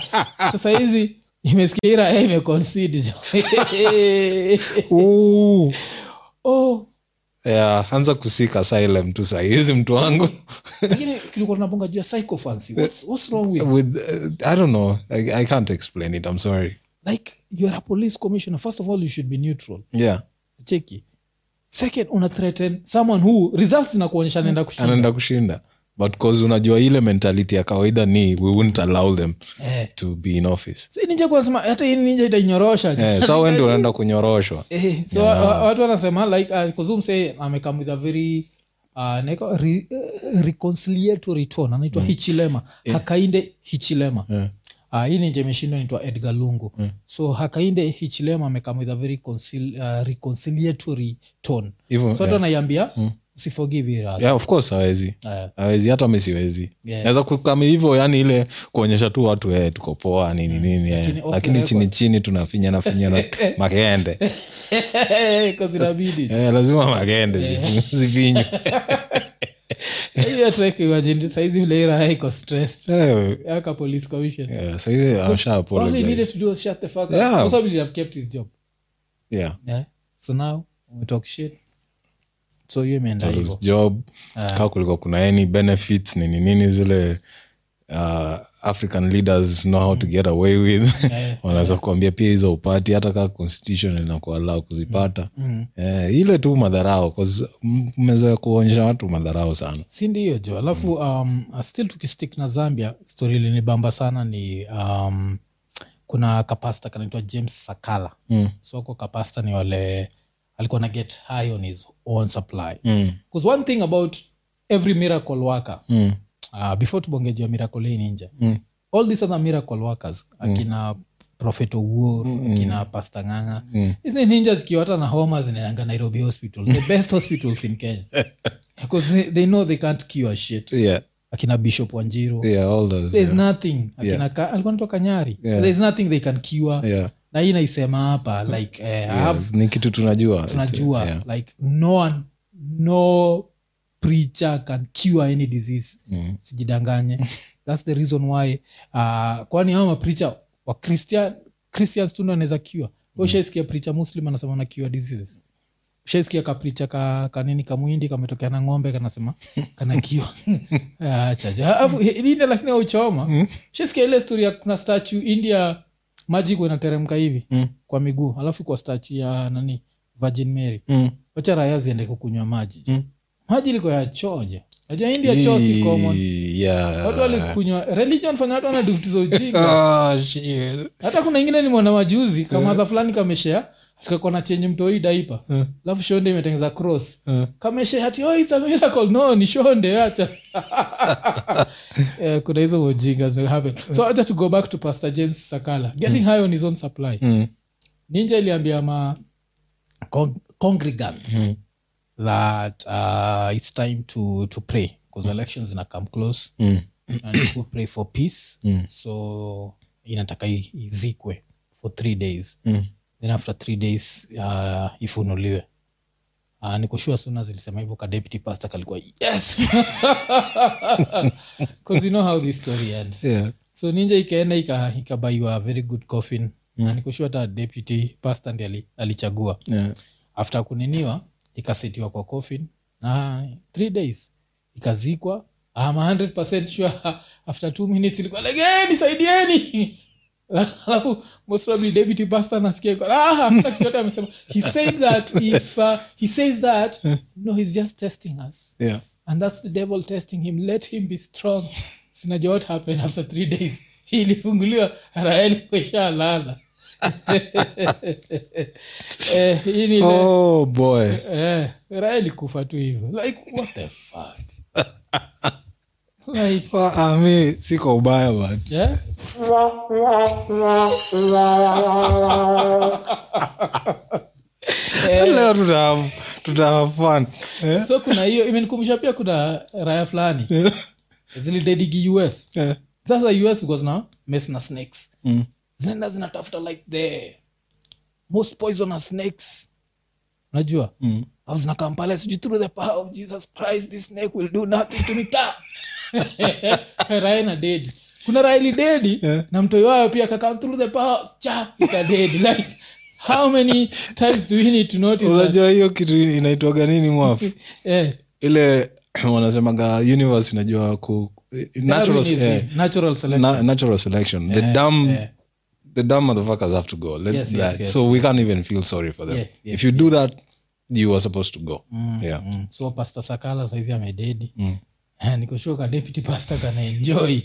S1: sasa hizi imesikia ira eh, imeconcede
S2: Ooh.
S1: [LAUGHS] oh
S2: yeah anza kusika asylum tu sahizi mtu wangu
S1: lakini tulikuwa tunabonga juu ya psychophancy what's, what's wrong with
S2: with uh, i don't know I, i can't explain it i'm sorry
S1: like you're a police commissioner first of all you should be neutral
S2: yeah
S1: cheki second una threaten someone who results na kuonyesha anaenda kushinda
S2: anaenda kushinda but cause unajua ile mentality ya kawaida ni we wouldn't allow them
S1: eh
S2: to be in office
S1: si ninja kwa sema hata hii ninja itainyorosha
S2: eh, so wewe ndio unaenda kunyoroshwa
S1: Eh, so
S2: Yeah.
S1: wa- wa- watu wanasema like uh, kuzum say amekam with a very uh, naiko- re, eh, reconciliatory tone
S2: Mm.
S1: anaitwa hichilema
S2: Eh.
S1: hakainde hichilema
S2: Yeah.
S1: uh, hii ninje imeshindwa naitwa edgar lungu
S2: Mm.
S1: so hakainde hichilema amekam with a very concil, uh, reconciliatory tone
S2: Hivyo,
S1: so watu
S2: yeah.
S1: anaiambia
S2: Mm.
S1: usiforgive Eh. iras
S2: yeah of course hawezi
S1: [LAUGHS] yeah.
S2: hawezi hata mi siwezi
S1: Yeah.
S2: naweza kukami hivyo yani ile kuonyesha tu watu eh, tuko poa nini nini eh.
S1: Lakini off the
S2: lakini chini
S1: record.
S2: chini tunafinyana finyana
S1: [LAUGHS]
S2: makende
S1: Cause inabidi
S2: [LAUGHS] eh, lazima makende zifi- zifinywe
S1: [LAUGHS] hiyo try kuimagine saizi vile ira iko stressed
S2: Eh,
S1: aka police commission
S2: yeah, sahizi amsha
S1: all he
S2: apologize
S1: needed to do was shut the fuck up
S2: Yeah.
S1: Kwa sababu he'd have kept his job
S2: yeah
S1: yeah. so now we talk shit so hiyo imeenda [LAUGHS]
S2: Lose
S1: hivyo
S2: job
S1: Ah.
S2: kaa kulikuwa kuna any benefits nini nini zile uh, african leaders know how to get away [LAUGHS] with
S1: Eh,
S2: wanaweza kuambia pia hizo upati hata kaa constitution inakualau kuzipata
S1: mm.
S2: eh, ile tu madharau 'cause m- mmezoea kuonyesha watu madharau sana
S1: si ndiyo jo alafu um, still tukistick na zambia stori linibamba sana ni um, kuna kapasta kanaitwa james sakala
S2: mm.
S1: soko kapasta ni wale alikuwa na get high on his own supply
S2: Mm.
S1: because one thing about every miracle worker
S2: Mm.
S1: uh, before tubongejua miracle hii ninja
S2: Mm.
S1: all these other miracle workers akina prophet owuor akina pasta nganga
S2: Mm.
S1: hizi ninja zikiwa hata na homa zinaenanga nairobi hospital the best hospitals in
S2: [LAUGHS]
S1: kenya because they, they know they can't cure shit
S2: Yeah,
S1: akina bishop wanjiru
S2: yeah, all those,
S1: there's
S2: yeah.
S1: nothing akina
S2: Yeah.
S1: ka, alikuwa anatoka Nyari.
S2: Yeah.
S1: there's nothing they can cure
S2: Yeah,
S1: na hii naisema hapa like eh, I have
S2: yeah, ni kitu tunajua
S1: tunajua
S2: Yeah.
S1: like no one, no preacher can cure any disease
S2: Mm.
S1: sijidanganye thats the reason why uh, kwani hawa mapricha wa christian christians tu ndo anaweza kiwa mm. ushaisikia pricha muslim anasema na kiwa diseases ushaisikia kapricha ka kanini kamwindi kametokea na ng'ombe kanasema kanakiwa Ah, chajaindia lakini
S2: Mm.
S1: auchoma ushaisikia ile story ya kuna statue india maji iko inateremka hivi
S2: Mm.
S1: kwa miguu alafu kwa statue ya nani virgin mary
S2: Mm.
S1: wacha raya ziende kukunywa maji
S2: Mm.
S1: maji liko ya choja najua india choo si common
S2: Yeah.
S1: watu walikunywa religion fanya watu wanaduktiza ujinga
S2: Ah, shit.
S1: hata kuna ingine ni mwana wajuzi kamadha fulani kameshea tukakona chenye mtoi daipa
S2: Eh,
S1: alafu shonde imetengeza cross
S2: eh.
S1: kameshea ati oh, it's a miracle no ni shonde
S2: [LAUGHS]
S1: acha Eh, kuna hizo ujinga zimehappen so acha to go back to pastor james sakala getting high on his own supply
S2: Mm.
S1: ninja iliambia ma con- congregants
S2: Mm.
S1: that uh, it's time to, to pray because elections zina come close
S2: Mm.
S1: and who pray for peace
S2: Mm.
S1: so inataka i- izikwe for three days
S2: Mm.
S1: then after three days uh, ifunuliwe uh, nikushua suna zilisema hivyo ka deputy pastor kalikuwa yes [LAUGHS] because you know how this story ends
S2: Yeah.
S1: so ninja ikaenda ika- ikabaiwa a very good coffin
S2: Mm.
S1: na nikushua hata deputy pastor ndi ali, alichagua
S2: Yeah.
S1: after kuniniwa ikasetiwa kwa coffin na three days ikazikwa I'm 100% sure [LAUGHS] after two minutes ilikuwa legeni saidieni [LAUGHS] alafu most probably deputy pastor anasikia yuko, ah hakuna kitu yote amesema he said that if uh, he says that no he's just testing us
S2: Yeah.
S1: and that's the devil testing him let him be strong sinajua what happened after three days Hii ilifunguliwa raeli kuishalala [LAUGHS] eh, hii ni ile-
S2: Oh boy.
S1: Eh, raha ilikufa tu hivyo like what the fuck like eh?
S2: Well, I mean, siko ubaya but
S1: yeah? eh,
S2: [LAUGHS] leo tutahave tutahave fun eh?
S1: so kuna hiyo imenikumbusha pia kuna raya fulani zilidedigi us
S2: Eh.
S1: sasa us iko zina mess na snakes
S2: [LAUGHS] Mm.
S1: zinaenda zinatafuta like the most poisonous snakes unajua
S2: Mm.
S1: alafu zinakaa pale sijui through the power of jesus christ this snake will do nothing to me [LAUGHS] ta raya na dedi kuna raili dedi
S2: Yeah.
S1: na mtoi wayo pia kakam through the power cha ika dedi [LAUGHS] like how many times do we need to notice that?
S2: [LAUGHS] unajua hiyo kitu inaitwaga nini mwaf
S1: Eh,
S2: [LAUGHS] ile [CLEARS THROAT] wanasemaga universe inajua ku natural,
S1: Darwinism,
S2: eh,
S1: natural selection
S2: na, natural selection the dumb
S1: eh.
S2: the dumb motherfuckers have to go Let
S1: Yes, yes,
S2: that.
S1: yes.
S2: so we can't even feel sorry for them
S1: Yeah, yeah,
S2: if you do that you are supposed to go yeah
S1: Mm, so pastor sakala saizi Eh, amededi
S2: Mm.
S1: nikoshoka deputy pastor kana enjoy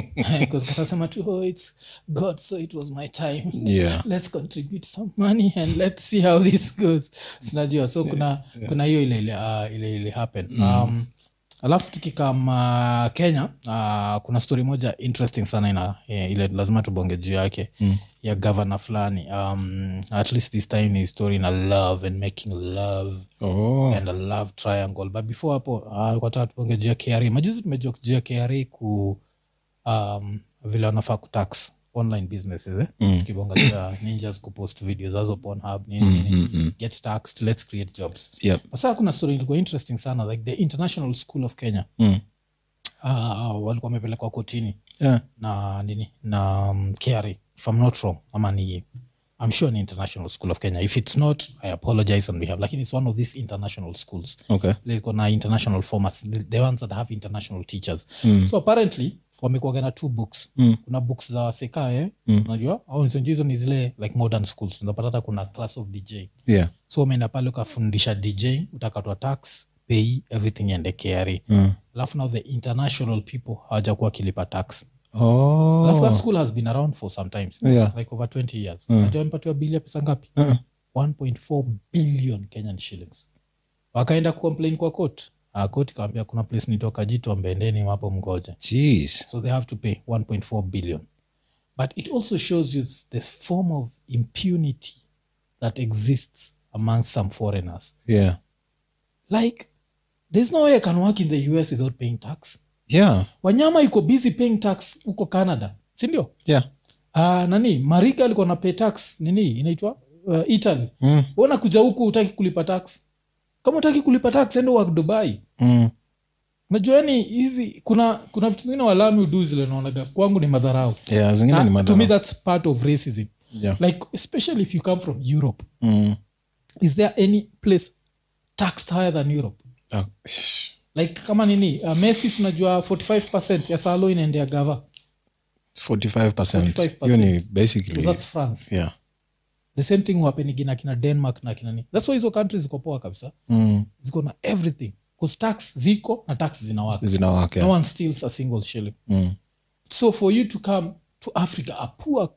S1: [LAUGHS] katasema tu oh, it's god so it was my time
S2: yeah
S1: let's contribute some money and let's see how this goes sinajua so kuna kuna hiyo ile ile uh, ile ile happen um, alafu tukikama kenya uh, kuna story moja interesting sana ina eh, ile lazima tubonge juu yake
S2: Mm.
S1: ya governor fulani um, at least this time ni story ina love and making love
S2: oh
S1: and a love triangle but before hapo uh, wataka tuonge juu ya kra majuzi tumejua juu ya kra ku um, vile wanafaa kutax online businesses eh?
S2: Mm.
S1: tukibonga juu ya ninjas kupost video zazo pornhub nini
S2: Mm,
S1: nini
S2: mm, mm.
S1: get taxed let's create jobs
S2: yep
S1: sasa kuna story ilikuwa interesting sana like the international school of kenya
S2: mm.
S1: uh, walikuwa wamepelekwa kotini
S2: yeah
S1: na nini na um, kra if i'm not wrong ama ni i'm sure ni international school of kenya if it's not i apologize on behalf lakini it's one of these international schools
S2: okay
S1: ziko na international formats the, the ones that have international teachers
S2: Mm.
S1: so apparently wamekuaga na two books
S2: Mm.
S1: kuna books za waseka eh?
S2: Mm.
S1: unajua au hizo hizo ni zile like modern schools unapata hata kuna class of dj
S2: yeah
S1: so umeenda pale ukafundisha dj utakatwa tax pay everything and kra
S2: mm.
S1: alafu now the international people hawajakuwa wakilipa tax alafu that
S2: oh
S1: school has been around for sometimes
S2: yeah
S1: like over 20 years
S2: Mm.
S1: najua wamepatiwa bili ya pesa ngapi
S2: uh
S1: 1.4 billion kenyan shillings wakaenda kucomplain kwa court Ah, court ikawambia kuna place nitoka jito mbendeni wapo mgoje
S2: jeez
S1: so they have to pay 1.4 billion but it also shows you this form of impunity that exists among some foreigners
S2: yeah
S1: like there's no way i can work in the us without paying tax
S2: yeah
S1: wanyama iko busy paying tax huko canada sindio
S2: yeah
S1: Ah, nani mariga alikuwa na pay tax nini inaitwa uh, italy
S2: mm.
S1: Wewe unakuja huku utaki kulipa tax kama utaki kulipa tax ende wa dubai
S2: Mm.
S1: najua yani hizi kuna kuna vitu zingine walami uduu zile naonaga kwangu ni madharau
S2: yeah zingine
S1: Na
S2: ni
S1: to me
S2: madhara
S1: that's part of racism
S2: yeah.
S1: like especially if you come from europe
S2: mm.
S1: is there any place taxed higher than europe
S2: Ah,
S1: like kama nini uh, messi tunajua 45 ya salo inaendea gava
S2: 45%
S1: 45%.
S2: hiyo ni
S1: so
S2: basically
S1: that's france
S2: yeah
S1: the same thing huapenigi na kina denmark na kina nini that's why hizo country ziko poa kabisa
S2: mm.
S1: ziko na everything bcause tax ziko na tax zinawaka
S2: zinawake
S1: no one steals a single shilling
S2: mm.
S1: so for you to come to africa a poor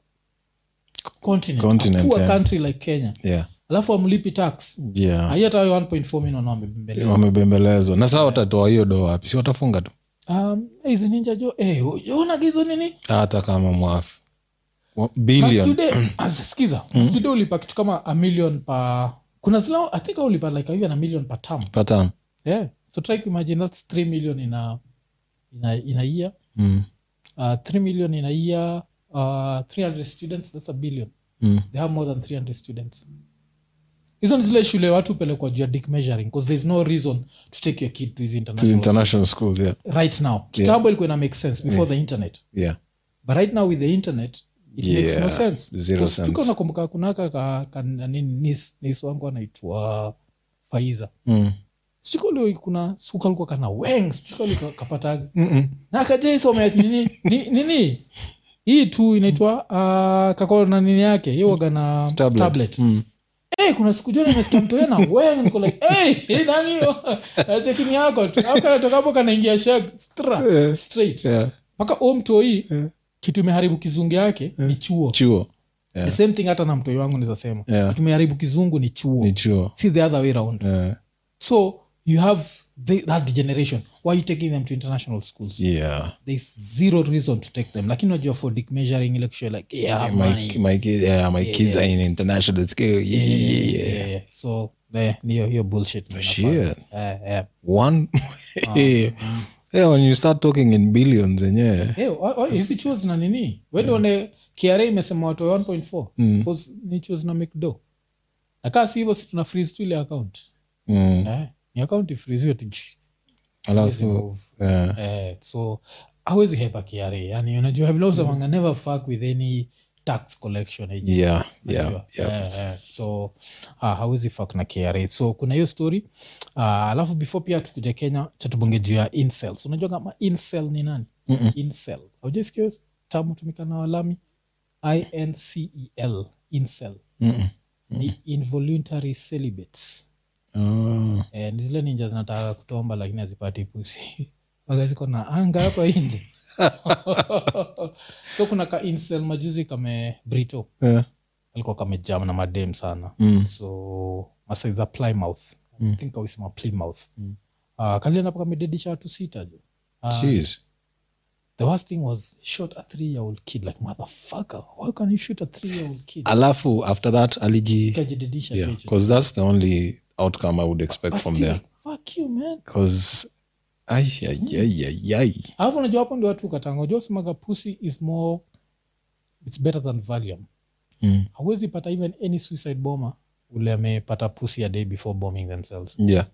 S1: continent,
S2: Continent,
S1: a poor
S2: yeah.
S1: country like kenya
S2: yeah
S1: alafu amlipi tax
S2: yeah
S1: haiyo hata hayo 1.4 milioni wamebembelea
S2: wamebembelezwa na saa watatoa hiyo do wapi si watafunga tu
S1: um, hizi ninja jo eh, unaona hizo nini
S2: hata kama mwafi Wa-
S1: But
S2: billion
S1: today-
S2: [CLEARS THROAT]
S1: as- sikiza
S2: Mm.
S1: today ulipa kitu kama a million pa kuna zile i think ulipa like even a million per term
S2: patan
S1: yeah so try to imagine that's 3 million in a in a, in a year
S2: mm.
S1: uh, 3 million in a year uh, 300 students that's a billion
S2: mm.
S1: they have more than 300 students hizo ni zile shule watu pelekwa juu ya dick measuring because there's no reason to take your kid to these
S2: to
S1: international,
S2: international schools yeah
S1: right now kitambo ilikuwa ina make sense before the internet
S2: yeah
S1: but right now with the internet it makes no
S2: Yeah,
S1: sense
S2: zero
S1: Because
S2: sense.
S1: tulikuwa nakumbuka kunaka ka, ka, nani, nis, nis wangu anaitwa faiza
S2: mm.
S1: sikulio kuna sukalikuwa kana weng sikulio kapataga
S2: Mm-mm.
S1: na akaja isomea nini ni- nini hii tu inaitwa uh, kako na nini yake hiyo waga na
S2: Tablet.
S1: tablet,
S2: Mm.
S1: Hey, kuna siku jua nimesikia mtu yeye na weng niko like hey, hii nani hiyo chekini yako tu hapo kanatoka hapo kanaingia shag stra
S2: Eh,
S1: straight
S2: yeah.
S1: mpaka o mtoi
S2: Eh.
S1: kitu imeharibu kizungu yake ni chuo
S2: chuo
S1: the same thing hata na mtoi wangu nizasema
S2: Yeah.
S1: kitu imeharibu kizungu ni chuo
S2: ni chuo
S1: si the other way around
S2: Eh,
S1: so you have the, that degeneration why are you taking them to international schools
S2: yeah
S1: there's zero reason to take them lakini unajua for dick measuring ile kitu ya like yeah, money.
S2: Ah, my, my, kid, yeah, my kids are in international school yeah, yeah, yeah, yeah.
S1: Yeah, yeah. so eh, ni hiyo- hiyo bullshit ndio
S2: Shit.
S1: inafanya. Eh, eh.
S2: one [LAUGHS] yeah. Yeah, when you start talking in billions enyewe
S1: Eh, wa- wa- hizi chuo zina nini wedone kra imesema watoe 1.4
S2: Mm.
S1: Because ni chuo zina make do nakaa si hivyo si tuna freeze tu ile account
S2: mm. Ah,
S1: eh, ni account ifriziwe tu juu. Hizi
S2: alafu
S1: move.
S2: eh,
S1: eh, so hawezi hepa kra yani unajua vile
S2: Mm.
S1: usemanga never fuck with any tax collection agency.
S2: yeah, yeah,
S1: Unajua?
S2: yeah.
S1: Eh, eh. so ah, hawezi fak na kra so kuna hiyo story Ah, alafu before pia tukuja kenya chatubonge juu ya incels unajua kama incel ni nani
S2: Mm-mm.
S1: incel aujaisikia tamu tumika na walami incel E incel
S2: Mm-mm.
S1: ni involuntary celibates
S2: Ah.
S1: eh, ni zile ninja zinataka kutomba lakini hazipati pusi [LAUGHS] waga ziko na anga hapa nje [LAUGHS] so kuna ka incel majuzi kame brito
S2: Eh,
S1: alikuwa kamejam na madem sana
S2: mm.
S1: so masaiza plymouth
S2: Mm.
S1: i think awisema plymouth
S2: Mm.
S1: uh, kalienda paka mededisha watu sita jo uh,
S2: Jeez.
S1: the worst thing was he shot a three year old kid like motherfucker why can you shoot a three year old kid
S2: alafu after that aliji
S1: kajidedisha
S2: yeah,
S1: yeah,
S2: 'cause that's the only outcome i would expect from there
S1: fuck you man
S2: because
S1: Hmm.
S2: ai
S1: alafu unajua hapo ndio watu ukatanga unajua usemaga pussy is more it's better than valium
S2: Mm.
S1: hawezi pata even any suicide bomber ule amepata pussy a day before bombing themselves
S2: yeah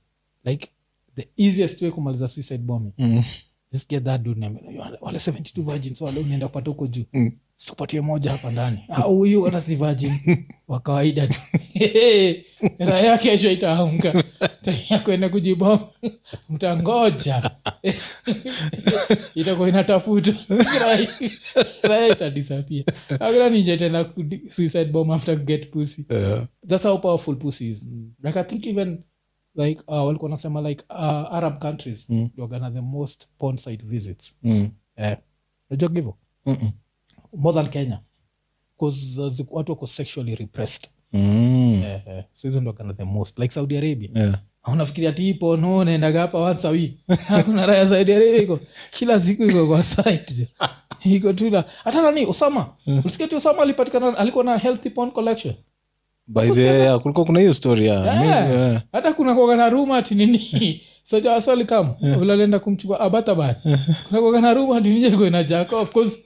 S1: like the easiest way kumaliza suicide bombing
S2: mm.
S1: just get that dude name You are- wale 72 virgins wale unaenda kupata huko juu
S2: Mm.
S1: situpatie moja hapa ndani Ah, huyu hata si virgin wa kawaida tu [LAUGHS] Hehe, raha yake kesho itaamka taia kwenda kujiba mtangoja itakuwa inatafuta raha itadisapia akuna ninje tena ku- suicide bomb after get pussy
S2: yeah.
S1: that's how powerful pussy is like i think even like uh, walikuwa nasema like uh, arab countries
S2: Mm.
S1: ndio gana the most porn site visits
S2: Mm.
S1: eh unajua hivyo
S2: Mm-mm.
S1: more than kenya because uh, ziku- watu wako sexually repressed
S2: Mm.
S1: eh, eh. so hizo ndio gana the most like saudi arabia Ah,
S2: Yeah.
S1: unafikiria ati ipo no naendaga hapa once a week [LAUGHS] hakuna raya saudi arabia iko kila siku iko kwa site je. iko tu na hata nani osama ulisikia ti osama alipatikana alikuwa na healthy porn collection
S2: by the way yeah, kulikuwa kuna hiyo story ya
S1: Eh,
S2: Mi- yeah.
S1: hata kuna kuaga na ruma ati nini sojawasolikam vile alienda kumchukua abataban kuna kuaga na ruma ati nijeko na jacob 'cause,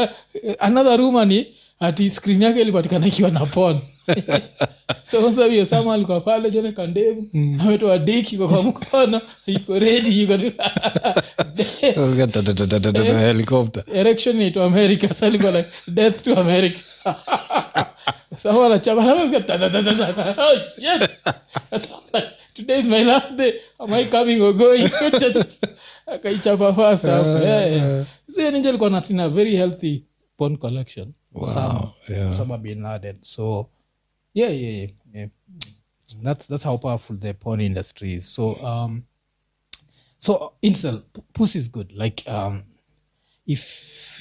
S1: [LAUGHS] another ruma ni ati screen yake ilipatikana ikiwa na pon [LAUGHS] so kwa sababu hiyo sama alikuwa pale jana kandevu ametoa diki kwa kwa mkono [LAUGHS] iko ready [LAUGHS] iko tu-
S2: Helicopter.
S1: erection inaitwa america so alikuwa like death to america Sasa wanachapa, wanaweka ta- ta- ta- ta- ta- ta- oh, shit. Sasa like, today is my last day am i coming or going [LAUGHS] akaichapa fast
S2: Eh,
S1: hapo yeah, yeah. so hiyo ninja alikuwa na- ina very healthy porn collection Osama.
S2: wow. yeah.
S1: Osama bin Laden. So, yeah, yeah, yeah, yeah. That's that's how powerful the porn industry is. So, um, so incel p- puss is good. Like, um, if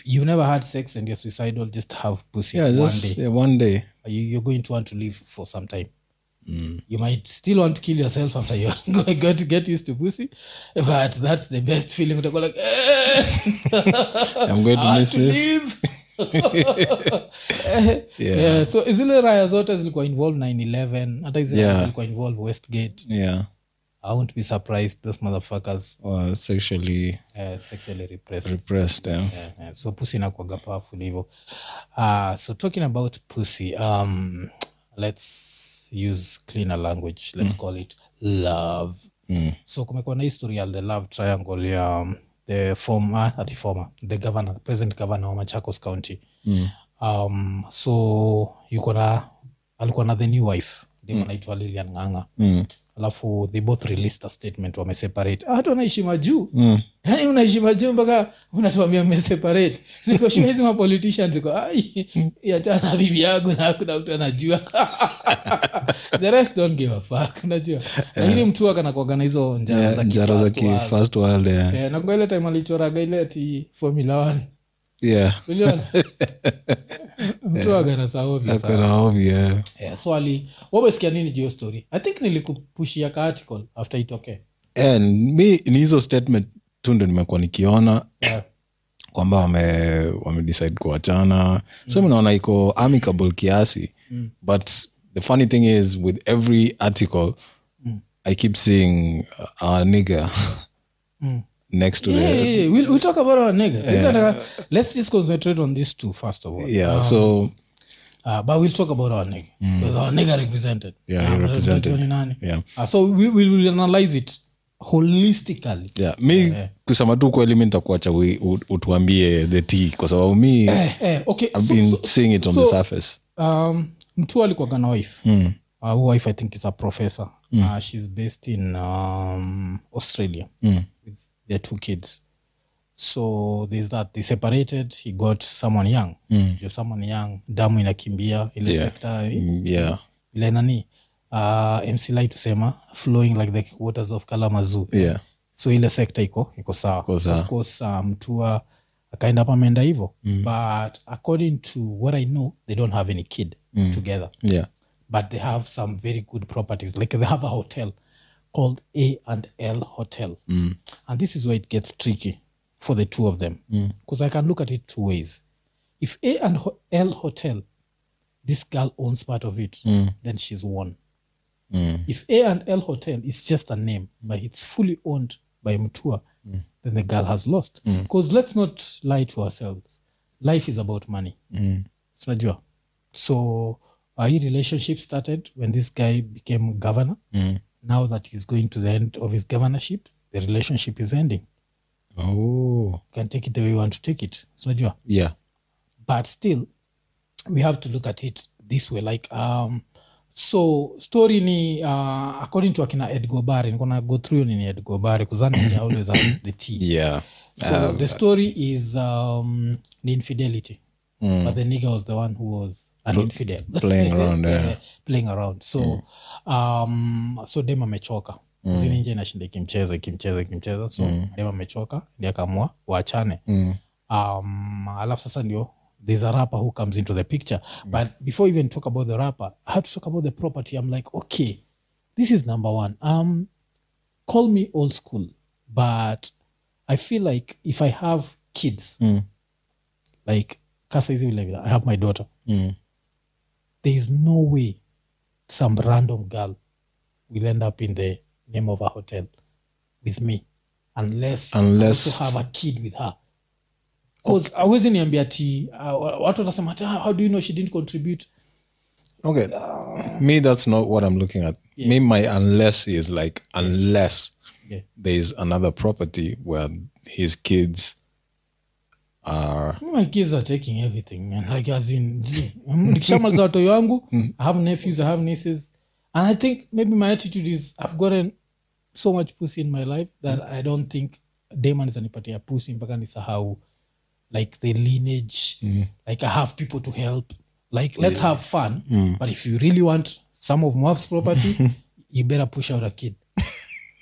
S1: you've never had sex and you're suicidal, just have pussy
S2: yeah
S1: one
S2: just
S1: day.
S2: yeah, one day
S1: You, you're going to want to live for some time.
S2: Mm.
S1: You might still want to kill yourself after [LAUGHS] you're going going to get used to pussy, but that's the best feeling. Utakuwa like, eh!
S2: I'm going to
S1: I want
S2: miss
S1: to
S2: this.
S1: [LAUGHS] live.
S2: [LAUGHS] Yeah.
S1: Yeah, so zile raya zote zilikuwa involve 911 hata hizi raya
S2: Yeah.
S1: zilikuwa involve westgate
S2: yeah
S1: i won't be surprised those motherfuckers
S2: or sexually
S1: uh, sexually repressed
S2: repressed yeah.
S1: Yeah, yeah. Eh, so pussy inakuaga powerful hivyo uh, so talking about pussy um, let's use cleaner language let's call it love
S2: Mm.
S1: so kumekuwa na history ya the love triangle ya um, the former, ati former, the governor present governor wa machakos county
S2: Mm.
S1: um, so yuko na alikuwa na the new wife dem anaitwa lilian nganga
S2: Mm.
S1: alafu they both released a statement wameseparate Ah, hata wanaheshima juu
S2: Mm.
S1: yaani unaheshima juu mpaka unatuambia mmeseparate nikoshua hizi mapoliticians iko "Ai, yachana na bibi yangu na hakuna mtu anajua [LAUGHS] the rest don't give a fuck unajua lakini mtu akanakuaga na hizo njara
S2: Yeah,
S1: za
S2: njara za
S1: ki-first
S2: ki
S1: world.
S2: first world yeah.
S1: Eh, na kwa ile time alichoraga ile ati formula one
S2: yeah [LAUGHS]
S1: uliona mtu aganasahobia
S2: Like when I hope, yeah
S1: yeah, swali wamesikia nini juu hiyo story i think nilikupushia ka article after itokee
S2: And mi ni hizo statement tu ndo nimekuwa nikiona
S1: Yeah.
S2: kwamba wame wamedecide kuachana so mi naona iko amicable kiasi
S1: Mm.
S2: but the funny thing is with every article
S1: Mm.
S2: i keep seeing a nigger
S1: Mm.
S2: [LAUGHS] next to
S1: Yeah, yeah,
S2: the
S1: yeah. We'll, we'll talk about our niggas. Sasa nataka- let's just concentrate on these two first of all.
S2: yeah
S1: Um,
S2: so
S1: uh, but we'll talk about our nigga. Because our nigga represented.
S2: Yeah, he
S1: Um,
S2: represented.
S1: ni nani?
S2: yeah
S1: Uh, so we, we will analyze it holistically.
S2: yeah mi kusema tu kweli mi nitakuacha ui- u- utuambie the t kwa sababu mi
S1: Eh, eh, okay.
S2: i've
S1: So,
S2: been
S1: so,
S2: seeing it on the
S1: so-
S2: surface
S1: um, mtu alikuwa na wife.
S2: mm.
S1: Uh, who wife I think is a professor. Uh, she's based in um, Australia.
S2: Mm.
S1: with their two kids. So there's that they separated. He got someone young.
S2: Mm.
S1: Ndio someone young. Damu inakimbia ile
S2: Yeah.
S1: sekta
S2: Mm, yeah
S1: ile nani uh, MC Lai tusema flowing like the waters of Kalamazoo.
S2: yeah
S1: So ile sekta iko iko sawa.
S2: Iko
S1: So
S2: sawa.
S1: of course uh, Mutua akaenda hapa ameenda hivyo.
S2: Mm.
S1: But according to what I know, they don't have any kid
S2: Mm.
S1: together.
S2: yeah
S1: But they have some very good properties. Like they have a hotel called A and L Hotel
S2: mm.
S1: and this is where it gets tricky for the two of them
S2: Mm.
S1: because i can look at it two ways if a and Ho- l hotel this girl owns part of it
S2: Mm.
S1: then she's won
S2: Mm.
S1: if a and l hotel is just a name but it's fully owned by mtua then the girl has lost
S2: Mm.
S1: because let's not lie to ourselves life is about money
S2: Mm.
S1: sinajua so our relationship started when this guy became governor
S2: Mm.
S1: now that he's going to the end of his governorship the relationship is ending
S2: oh
S1: you can take it the way you want to take it so unajua
S2: yeah
S1: but still we have to look at it this way like um so story ni uh, according to akina edgobari nikona go through nini edgobari kuzani always has the t
S2: yeah
S1: so the story is um the infidelity
S2: Mm.
S1: but the nigga was the one who was an infidel [LAUGHS]
S2: playing around, yeah. Mm.
S1: playing around so um so dem amechoka mm. zininje inashinda ikimcheza ikimcheza ikimcheza so mm. dem amechoka ndi akamua waachane
S2: Mm.
S1: um, alafu sasa ndio there's a rapper who comes into the picture but before even talk about the rapper i had to talk about the property i'm like okay this is number one um, call me old school but i feel like if i have kids
S2: Mm.
S1: like kasa hizi vile vile i have my daughter
S2: Mm.
S1: there is no way some random girl will end up in the name of a hotel with me unless,
S2: Unless-
S1: I also have a kid with her because okay. awezi niambia ti uh, watu watasema ati, "Ah, how do you know she didn't contribute
S2: Okay. Me, that's not what I'm looking at.
S1: Yeah.
S2: Me, my unless is like, unless
S1: Yeah.
S2: there's another property where his kids uh,
S1: my kids are taking everything man like as
S2: [LAUGHS]
S1: in gee, mm, nikishamaliza watoto wangu
S2: Mm-hmm.
S1: i have nephews i have nieces and i think maybe my attitude is i've gotten so much pussy in my life that
S2: Mm-hmm.
S1: i don't think dema nizanipatia pussy mpaka nisahau like the lineage
S2: Mm-hmm.
S1: like i have people to help like let's have fun
S2: mm.
S1: but if you really want some of Moaf's
S2: [LAUGHS]
S1: property, you better push out a kid.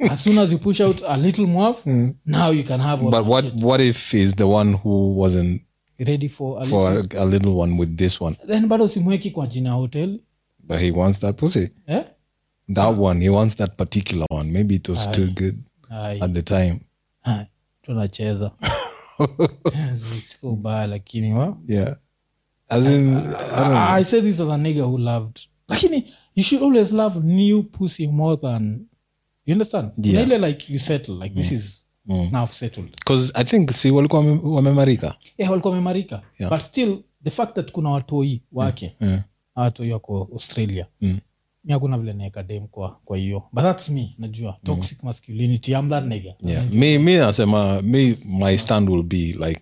S1: as soon as you push out a little Moaf, now you can have
S2: Mm. but
S1: a
S2: what what if he's the one who wasn't
S1: ready for a little.
S2: for a, a little one with this one
S1: Then bado simweki kwa jina hotel
S2: but he wants that pussy
S1: eh?
S2: that one he wants that particular one maybe it was still good
S1: Ai,
S2: at the time
S1: ai,
S2: [LAUGHS]
S1: tunacheza siko ubaya lakini wa
S2: yeah as in i don't know
S1: I, I say this as a nigga who loved lakini you should always love new pussy more than you understand Kuna
S2: Yeah. Mm.
S1: ile like you settle like this is now settled
S2: because i think si walikuwa wame- wamemarika
S1: eh, walikuwa wamemarika
S2: Yeah. Mm.
S1: but still the fact that kuna watoi wake
S2: yeah.
S1: hawa watoi wako australia
S2: Mm.
S1: mi hakuna vile naeka dem kwa kwa hiyo but thats me najua
S2: Mm.
S1: toxic masculinity I'm that nigga
S2: yeah me me nasema me my stand will be like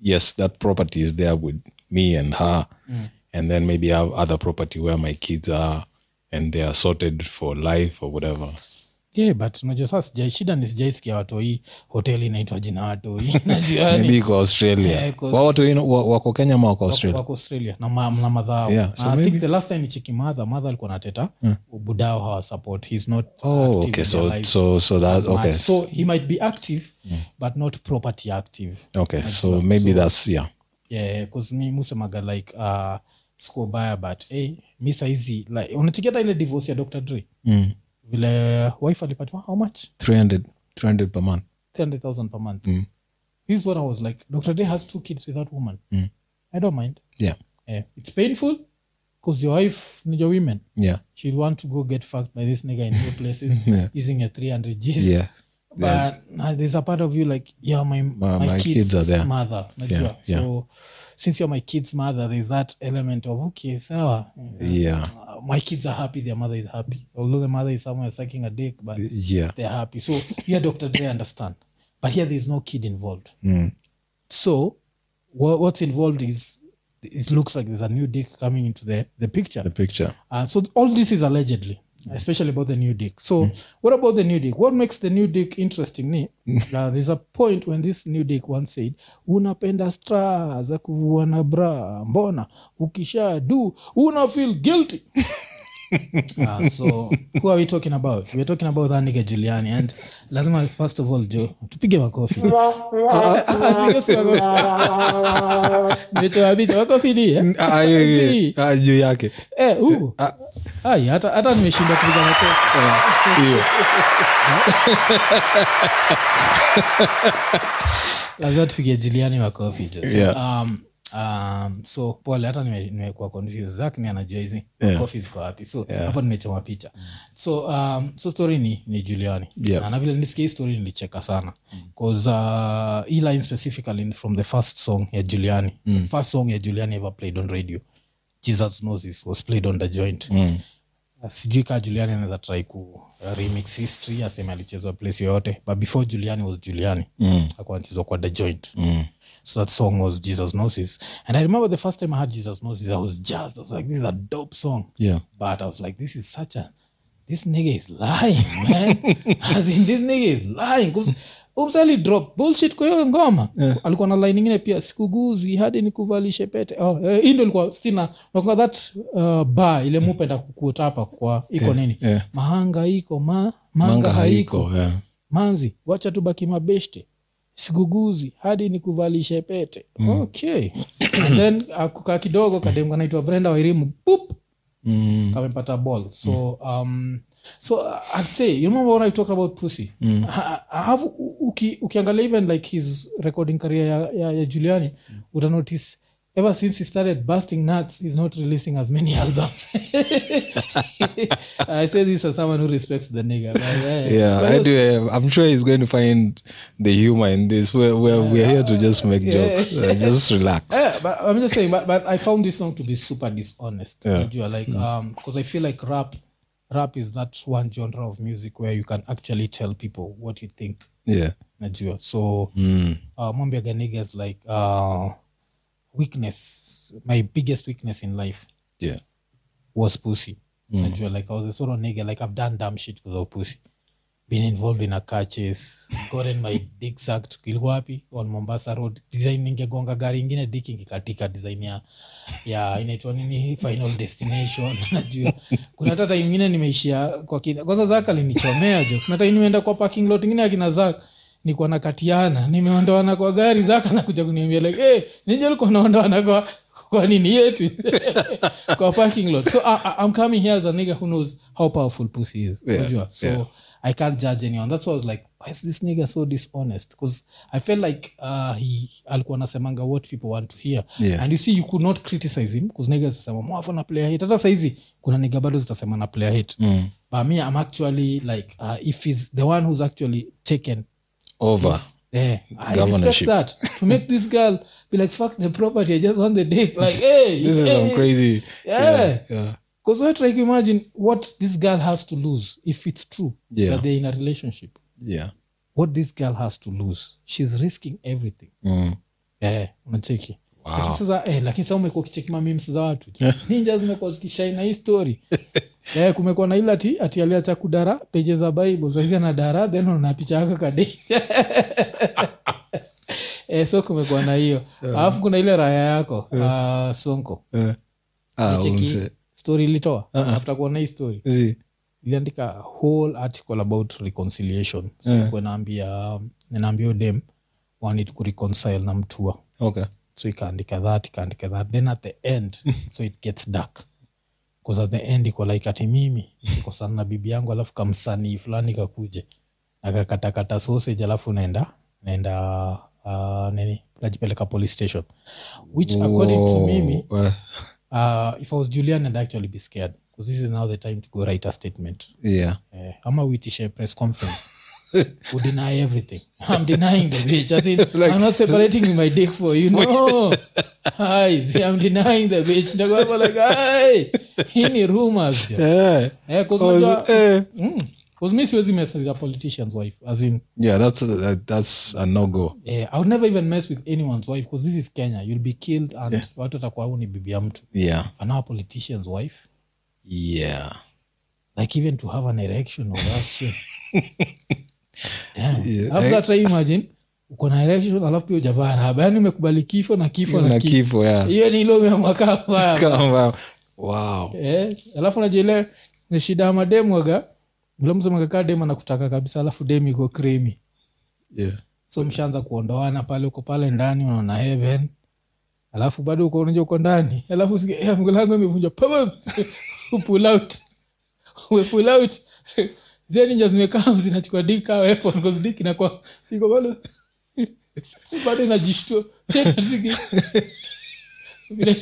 S2: yes that property is there with me and her and then maybe I have other property where my kids are and they are sorted for life or whatever
S1: yeah but unajua sasa sijai shida ni sijaisikia watoi hoteli inaitwa jina watoi najua yaani ni
S2: [LAUGHS] maybe iko australia
S1: Yeah, 'cause-
S2: Wa- watu wengine wa- wako kenya ma wako
S1: wako-
S2: australia
S1: wako australia na ma- na madhao
S2: Yeah, so
S1: And I think
S2: maybe-
S1: the last time ni chiki madha madha alikuwa nateta
S2: Yeah.
S1: budao hawa support he's not
S2: oh
S1: active
S2: okay
S1: in their
S2: so
S1: lives
S2: so so that's
S1: as much.
S2: okay Hmm.
S1: so he might be active but not property active
S2: okay so maybe that's yeah
S1: yeah cause mi musemaga like uh, siko baya but hey, mi saizi like unatiketa ile divorce ya dr dre
S2: mm.
S1: vile wife alipatiwa how much
S2: 300 300 per month
S1: 300000 per month
S2: Mm.
S1: this is what i was like dr dre has two kids with that woman
S2: Mm.
S1: i don't mind
S2: yeah
S1: yeah. it's painful because your wife need your women
S2: yeah
S1: she'd want to go get fucked by this nigga in new places
S2: [LAUGHS] Yeah.
S1: using a 300 g's
S2: yeah
S1: but uh, there's a part of you like yeah my my,
S2: my
S1: kids,
S2: kids are there.
S1: mother najua.
S2: Yeah, yeah.
S1: so since you're my kids mother there's that element of okay sawa
S2: yeah
S1: uh, my kids are happy their mother is happy although the mother is somewhere sucking a dick but
S2: yeah
S1: they're happy so here dr Dre understand but here there's no kid involved
S2: mm.
S1: so wha- what's involved is it looks like there's a new dick coming into the the picture
S2: the picture
S1: uh, so all this is allegedly,
S2: Mm.
S1: especially about the new dick. So what about the new dick? What makes the new dick interesting? Ni?
S2: Mm.
S1: Uh, there's a point when this new dick once said, unapenda stra za kuvua na bra, mbona ukisha do una feel
S2: [LAUGHS]
S1: guilty. uh, so who are we talking about? We're talking about that nigga Giuliani and lazima first of all Joe tupige makofi. Uh, [LAUGHS] Nimetoa picha makofi ni eh?
S2: Ah, yeah, yeah, [LAUGHS] yeah. Ah, juu yake
S1: Eh, huu.
S2: Ah.
S1: Ai, hata hata nimeshindwa kupiga makofi.
S2: Ah, hiyo
S1: lazima tupigie jiliani makofi just.
S2: Yeah.
S1: um, um, so pole hata nime- nimekuwa confused zak ni anajua hizi
S2: Yeah.
S1: makofi ziko wapi so
S2: Yeah.
S1: hapo nimechoma picha so um, so story ni ni juliani
S2: Yeah. Mm.
S1: na, na vile nilisikia hii story nilicheka sana bcause uh, hii line specifically ni from the first song ya juliani
S2: Mm.
S1: the first song ya juliani ever played on radio jesus knows this was played on the joint
S2: mm.
S1: Ah, sijui kaa juliani anaweza try ku remix history aseme alichezwa place yoyote but before juliani was juliani
S2: Mm.
S1: akuwa anachezwa kwa the joint
S2: Mm.
S1: so that song was jesus gnosis and i remember the first time i heard jesus gnosis i was jazzed i was like this is a dope song
S2: yeah
S1: but i was like this is such a this nigga is lying man as in this nigga is lying because umsali drop bullshit kwa hiyo ngoma
S2: Yeah.
S1: alikuwa na line nyingine pia sikuguzi hadi nikuvalishe pete oh, eh, hii ndio ilikuwa stina nakumbuka that uh, bar ile mupenda kukutapa kwa iko nini
S2: yeah.
S1: mahanga iko ma, manga,
S2: manga
S1: haiko
S2: haiko yeah.
S1: manzi wacha tubaki mabeshte siguguzi hadi nikuvalishe pete
S2: Mm.
S1: okay [COUGHS] and then akuka kidogo kademu kanaitwa brenda wairimu pup
S2: mm.
S1: kamepata ball so um, so uh, i'd say you remember when i talked about pussy
S2: Mm.
S1: Ha- ha- have u- uki, ukiangalia even like his recording career ya, ya, ya juliani
S2: Mm.
S1: utanotice ever since he started busting nuts he's not releasing as many [LAUGHS] albums i say this as someone who respects the nigga but, eh,
S2: Yeah,
S1: but
S2: I do. eh, I'm sure he's going to find the humor in this. We're we're, we're here to just make
S1: yeah.
S2: jokes. Uh, just relax. [LAUGHS]
S1: Yeah, but I'm just saying, but, but I found this song to be super dishonest.
S2: Yeah. Mm.
S1: Unajua, like, um, because I feel like rap, rap is that one genre of music where you can actually tell people what you think.
S2: Yeah,
S1: najua so
S2: mm.
S1: uh, mwambi aganigas like uh, weakness my biggest weakness in life
S2: Yeah.
S1: was pussy
S2: Mm.
S1: najua like i was a sort of nigger like i've done dumb shit because of pussy been involved in a car chase gotten my dick sucked ilikuwa wapi on mombasa road design ningegonga gari ingine dick ingekatika design ya ya inaitwa nini final destination [LAUGHS] najua kuna hata time ingine nimeishia kwa kina kwanza zak alinichomea jo kuna time nimeenda kwa parking lot ingine akina zak nikuwa nakatiana nimeondoana kwa gari zak anakuja kuniambia like hey, ninje ulikuwa naondoana kwa kwa nini yetu [LAUGHS] kwa parking lot so I, I, i'm coming here as a nigga who knows how powerful pussy is
S2: Yeah,
S1: unajua? so
S2: yeah.
S1: i can't judge anyone that's why i was like why is this nigga so dishonest because i felt like uh, he alikuwa anasemanga what people want to hear
S2: Yeah.
S1: and you see you could not criticize him because niggas zitasema mwafu na player hate hata saizi kuna niga bado zitasema na player hate
S2: Mm.
S1: but me i'm actually like uh, if he's the one who's actually taken
S2: over
S1: eh, I respect
S2: Governorship.
S1: that to make this girl be like fuck the property I just want the dick
S2: [LAUGHS]
S1: like hey
S2: this is
S1: hey,
S2: some crazy
S1: yeah
S2: yeah
S1: because yeah. try to imagine what this girl has to lose if it's true
S2: Yeah.
S1: that they're in a relationship
S2: yeah
S1: what this girl has to lose she's risking everything
S2: mm.
S1: eh unacheki Lakini
S2: wow
S1: sasa eh, lakini sasa umekuwa ukichekima memes za
S2: [LAUGHS]
S1: watu ninja zimekuwa zikishaina hii story eh, kumekuwa na ile ati ati aliacha kudara peje za bible saizi ana dara then una picha yako kadi [LAUGHS] eh, so kumekuwa na hiyo alafu kuna ile raya yako uh, sonko
S2: uh, ah,
S1: Cheki
S2: umse-
S1: story ilitoa
S2: Uh-uh.
S1: after kuona hii story
S2: Zi.
S1: iliandika whole article about reconciliation so
S2: Eh.
S1: yeah. naambia um, ninaambia dem wanit kureconcile na mtua
S2: okay
S1: so ikaandika that ikaandika that then at the
S2: [LAUGHS]
S1: end so it gets dark bcause at the end iko like ati mimi nikosana na bibi yangu alafu kamsanii fulani kakuje akakatakata sausage alafu naenda naenda uh, nini najipeleka police station which according to
S2: Whoa.
S1: mimi
S2: Eh,
S1: uh, if i was julian i'd actually be scared because this is now the time to go write a statement
S2: yeah
S1: Eh, ama uitishe press conference who deny everything i'm denying the bitch as in,
S2: [LAUGHS] Like-
S1: i'm not separating my dick for
S2: [LAUGHS]
S1: you no hi see, i'm denying the bitch Ndio kwa hivyo like hi hii ni rumors jo.
S2: yeah
S1: eh cause
S2: Oh, is
S1: unajua-
S2: it- eh.
S1: Mm, cause mi siwezi mess with a politician's wife as in
S2: yeah that's a, that- that's a no go
S1: eh, i would never even mess with anyone's wife because this is kenya you'll be killed and watu watakuwa huu ni bibi ya mtu
S2: yeah
S1: and now a politician's wife
S2: yeah
S1: like even to have an erection or that shit. Damn.
S2: Yeah,
S1: Alafu
S2: eh.
S1: hata imagine uko na erection alafu pia ujavaa raba yani umekubali kifo na kifo na
S2: na
S1: kifo
S2: kifo yeah
S1: hiyo ni ile umeamua kama
S2: Kama- wow
S1: eh alafu unajua ile ni shida ya mademu waga mle msemaga kaa demu anakutaka kabisa alafu demu iko kremi
S2: yeah
S1: so mshaanza kuondoana pale uko pale ndani unaona heaven alafu bado uko unajua uko ndani alafu usikie, "Eh, mlango imevunjwa [LAUGHS] Pabam! pull out We pull out [LAUGHS] zile ninja zimekaa zinachukua dick kaa weapon because dick inakuwa iko bado [LAUGHS] bado inajishtua [LAUGHS] Tena ziki- vile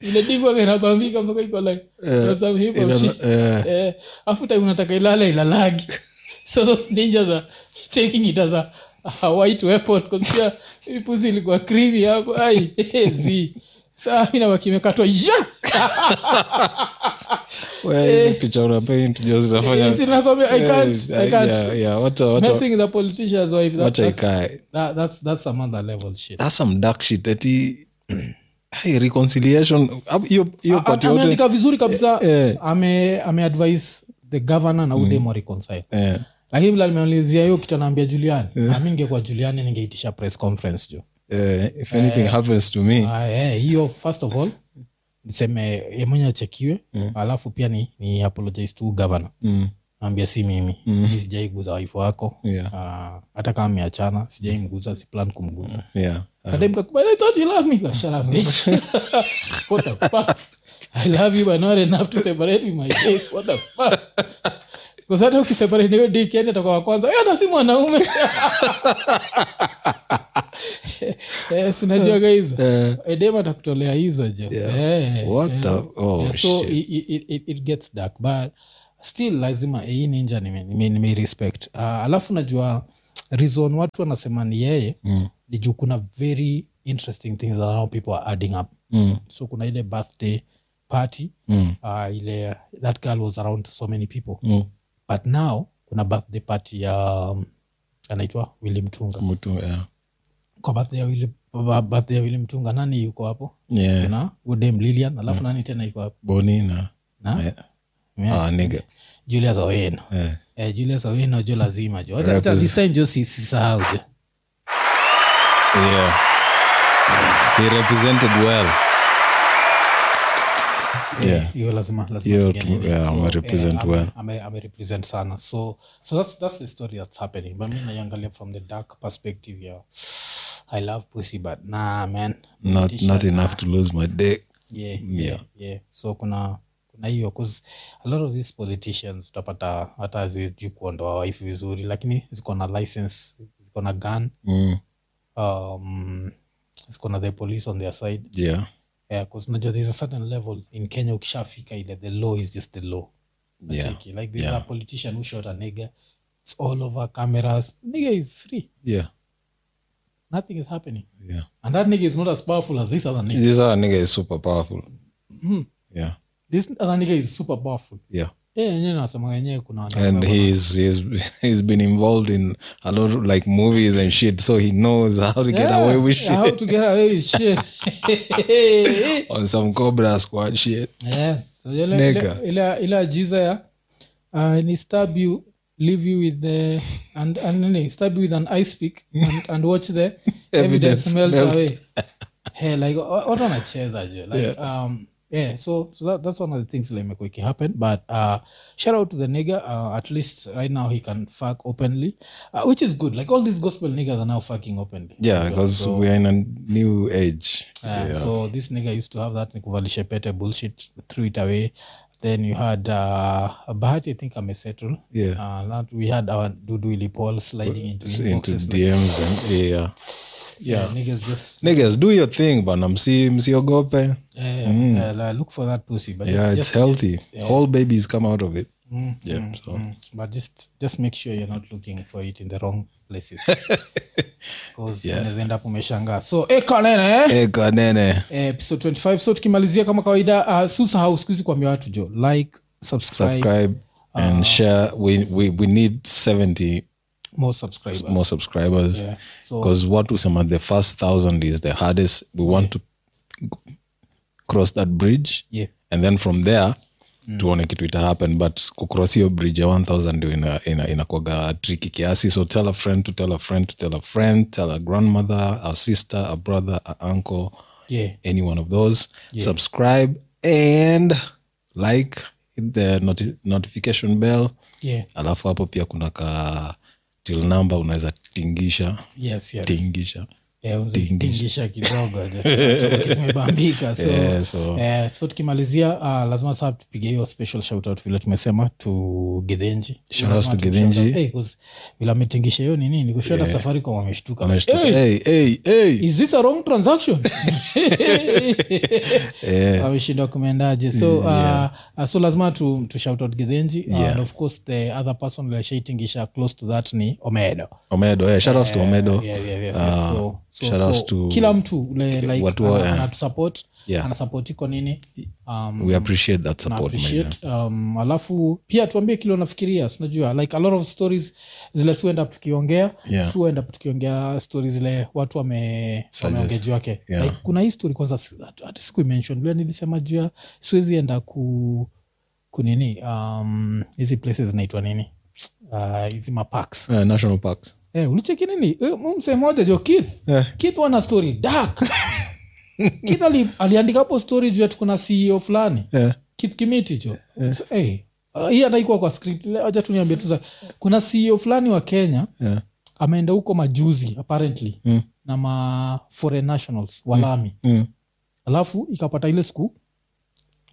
S1: vile dick wake inabambika mpaka iko like
S2: Eh,
S1: some hip hop
S2: Ila-
S1: shit
S2: eh,
S1: [LAUGHS] eh, afu time unataka ilale ilalagi [LAUGHS] so those ninjas are taking it as a, a white weapon kusia ipusi ilikuwa krimi hapo ai [LAUGHS] eh, zi saa mi nabaki imekatwa ya
S2: we, hizi picha una paint jo zinafanya Eh,
S1: sinakwambia Eh. i can't
S2: Yeah,
S1: i can't
S2: yeah, yeah, wacha- wacha-
S1: messing the politician's wife that,
S2: wacha
S1: that's,
S2: ikae
S1: that, that's that's some other level shit
S2: that's some dark shit ati hey, reconciliation Hapo hiyo hiyo
S1: A- a-
S2: part yote
S1: ameandika vizuri kabisa
S2: Eh. Mm.
S1: ame ameadvise the governor na udemo reconcile
S2: eh,
S1: lakini vile limeulizia hiyo kitu anaambia juliani nami ningekuwa juliani ningeitisha press conference jo
S2: eh, if anything happens to me
S1: Ah, eh, hiyo first of all niseme ye mwenye achekiwe alafu pia ni, ni apologize to governor
S2: mm,
S1: naambia si mimi mm. mi sijaiguza waifu wako
S2: yeah,
S1: Ah, hata kama miachana sijaimguza si plan kumguza
S2: yeah. Ah,
S1: Kadem kakubali, "I thought you loved me." Like, "Shut up, bitch." [LAUGHS] What the fuck? I love you, but not enough to separate me, my dick. What the fuck? Kwa sababu hata ukiseparate na hiyo dick, yani atakuwa wa kwanza, "Eh, hata si mwanaume." [LAUGHS] Eh, si unajua guys,
S2: eh,
S1: edema atakutolea hizo je Eh,
S2: what
S1: eh.
S2: the oh
S1: Yeah, so
S2: shit
S1: i- i- i- it, it gets dark but still lazima eh, hii ninja nime, nime, nime respect uh, alafu najua reason watu wanasema ni yeye
S2: mm,
S1: ni juu kuna very interesting things that now people are adding up
S2: mm,
S1: so kuna ile birthday party
S2: mm,
S1: uh, ile that girl was around so many people
S2: mm.
S1: but now kuna birthday party ya um, anaitwa willi mtunga
S2: mtu yeah.
S1: kwa birthday ya willi, ba- birthday ya willi mtunga nani yuko hapo
S2: yeah. Mm.
S1: kuna udem lilian alafu nani tena yuko hapo
S2: boni na
S1: na
S2: eh,
S1: yeah.
S2: ah, nigga.
S1: julius oweno
S2: Eh.
S1: eh, julius oweno jo lazima jo Acha- acha
S2: Rappers.
S1: this time jo si- sisahau jo
S2: Yeah. He represented well. Yeah.
S1: hiyo lazima lazima
S2: Hiyo
S1: tupigane
S2: tu-
S1: hiyo.
S2: yeah, ame
S1: eh,
S2: represent
S1: ame-
S2: well.
S1: ame- ame represent sana so so that's that's the story that's happening but mimi naiangalia from the dark perspective ya i love pussy but nah man
S2: Not
S1: Tisha,
S2: not
S1: nah.
S2: enough to lose my dick.
S1: yeah,
S2: Yeah.
S1: yeah, yeah. so kuna kuna hiyo 'cause a lot of these politicians utapata hata zijui kuondoa waifu vizuri lakini ziko na license ziko na gun
S2: Mm.
S1: um, ziko na the police on their side
S2: Yeah.
S1: yeah, 'cause unajua there's a certain level in kenya ukishafika ile the law is just the law
S2: Yeah.
S1: Cheki, like there's
S2: Yeah.
S1: a politician who shot a nigger it's all over cameras nigger is free
S2: Yeah.
S1: nothing is happening
S2: Yeah.
S1: and that nigger is not as powerful as this other nigger
S2: This other nigga is super powerful.
S1: mm.
S2: Yeah.
S1: this other nigger is super powerful
S2: Yeah.
S1: Eh, yenyewe nasema wenyewe kuna
S2: And
S1: wanaume wana-
S2: he's he's he's been involved in a lot of like movies and shit, so he knows how to get
S1: Yeah,
S2: away with shit.
S1: Eh, how to get away with
S2: [LAUGHS]
S1: shit.
S2: On some Cobra Squad shit.
S1: Yeah, so ile-
S2: Nigger.
S1: ile- ile- ile ajiza ya uh, ni stab you leave you with the and, and nini, stab you with an ice pick and, and watch the evidence
S2: [LAUGHS] Evidence
S1: melt
S2: melt.
S1: away hey, like wa- watu wanacheza jo like, um, yeah, so, so that, that's one of the things like imekuwa ikihappen but uh, shout out to the nigger uh, at least right now he can fuck openly uh, which is good like all these gospel niggers are now fucking openly
S2: Yeah,
S1: So-
S2: because
S1: so-
S2: we are in a new age.
S1: yeah. Um, so this nigga used to have that nikuvalisha pete bullshit threw it away then you had uh, bahati i think amesettle
S2: yeah.
S1: uh, that we had our dudu willy paul sliding into
S2: into
S1: inboxes like,
S2: DMs and yeah.
S1: yeah, niggas just
S2: niggas do your thing bana msi msiogope
S1: uh, uh, like, look for that pussy but
S2: Mm. yeah
S1: just,
S2: it's
S1: just,
S2: healthy
S1: just, yeah.
S2: all babies come out of it
S1: Mm,
S2: yeah
S1: mm,
S2: so
S1: mm. but just just make sure you're not looking for it in the wrong
S2: [LAUGHS]
S1: places because
S2: Yeah.
S1: unaweza end up umeshangaa so ekanene eh?
S2: Eh, kanene
S1: Eh, episode 25 so tukimalizia kama kawaida uh, susahau sikuhizi kuambia watu jo like subscribe,
S2: subscribe
S1: Ah.
S2: and share we, we, we need 70
S1: more subscribers
S2: more subscribers
S1: yeah. so,
S2: because what we some the first thousand is the hardest we want to g- cross that bridge
S1: yeah. Mm.
S2: and then from there tuone kitu ita happen but kucross hiyo bridge ya 1000 ndio ina- ina- inakwaga triki kiasi so tell a friend to tell a friend to tell a friend tell a grandmother a sister a brother a uncle
S1: Yeah.
S2: any one of those subscribe and like hit the noti- notification bell
S1: Yeah.
S2: alafu hapo pia kuna ka till number unaweza tingisha
S1: yes yes
S2: tingisha
S1: Eh, unzi- tingisha
S2: [LAUGHS]
S1: kidogo je. Choka kimebambika so
S2: Eh, so
S1: Eh, so tukimalizia uh, lazima saa tupige hiyo special shout out vile tumesema to gidhenji
S2: Shout outs to
S1: Lazima
S2: Githinji.
S1: tumshout out. Eh, 'cause vile ametingisha hiyo nini ni kushota safari kwa wameshtuka
S2: ameshtuka.
S1: Eh,
S2: Hey, hey, hey.
S1: is this a wrong
S2: [LAUGHS]
S1: transaction
S2: Eh,
S1: wameshindwa kumendaje so uh, uh, so lazima tu, tu shout out gidhenji uh, and of course the other person lashaitingisha close to that ni omedo
S2: omedo eh, shout outs to omedo
S1: yeah, yeah, yes, yes.
S2: Ah,
S1: so, so,
S2: shout outs
S1: so,
S2: to-
S1: kila mtu ule, like,
S2: watu wa-
S1: ana-
S2: eh.
S1: anatusupport
S2: Yeah.
S1: anasupport iko nini um,
S2: we appreciate
S1: na
S2: that support man.
S1: appreciate um, alafu pia tuambie kile unafikiria sinajua like a lot of stories zile si end up tukiongea
S2: Yeah.
S1: si end up tukiongea stories zile watu wame-
S2: Suggest.
S1: wameongeju wake
S2: Yeah.
S1: like, kuna hii story kwanza si- hata- hata sikuimention vile nilisema juu ya siwezi enda ku kunini um, hizi places zinaitwa nini Ah, hizi uh, maparks
S2: Eh, national parks
S1: Eh, ulicheki nini Eh, huyu msee moja jo kith
S2: Eh.
S1: kith wana story dark kith ali, aliandika hapo story juu tukuna ceo E fulani
S2: Eh,
S1: kith kimiti jo So, eh, uh, hii hataikuwa kwa script Le- wacha tuniambie tu za- kuna ceo fulani wa kenya
S2: eh,
S1: ameenda huko majuzi apparently
S2: mm,
S1: na ma foreign nationals walami
S2: mm.
S1: alafu ikapata ile siku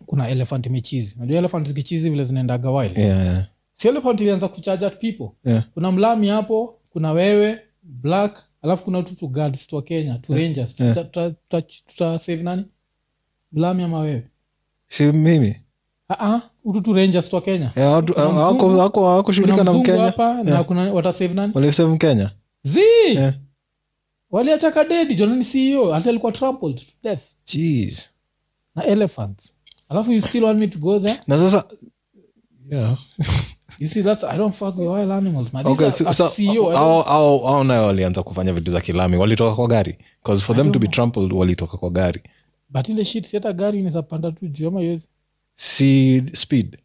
S1: kuna elephant michizi najua elephant zikichizi vile zinaendaga wild
S2: Yeah, yeah,
S1: si elephant ilianza kuchaja people
S2: yeah.
S1: kuna mlami hapo kuna wewe black alafu kuna tu tu guards twa kenya tu rangers
S2: eh.
S1: tuta- tuta- tuta- tutasave nani mlami ama wewe Ah,
S2: si mimi
S1: utu tu rangers twa kenya
S2: Eh, hawatu-
S1: Kuna
S2: hawa-
S1: mzungu-
S2: hawako- hawako-
S1: kuna
S2: hawakushughulika na
S1: mzungu
S2: mkenya
S1: hapa na kuna watasave nani
S2: walisave mkenya
S1: z
S2: Eh.
S1: waliacha kadedi jonani ceo E hata alikuwa trampled to death
S2: Jeez.
S1: na elephants alafu you still want me to go there
S2: na sasa yeah.
S1: you see that's i don't fuck with wild animals man
S2: okay,
S1: These
S2: so,
S1: are
S2: so,
S1: FCO, I don't-
S2: au- au- au nayo walianza kufanya vitu za kilami walitoka kwa gari bcause for them to be trampled walitoka kwa gari
S1: but ile shit si hata gari inawezapanda tu juu ama iwezi
S2: si speed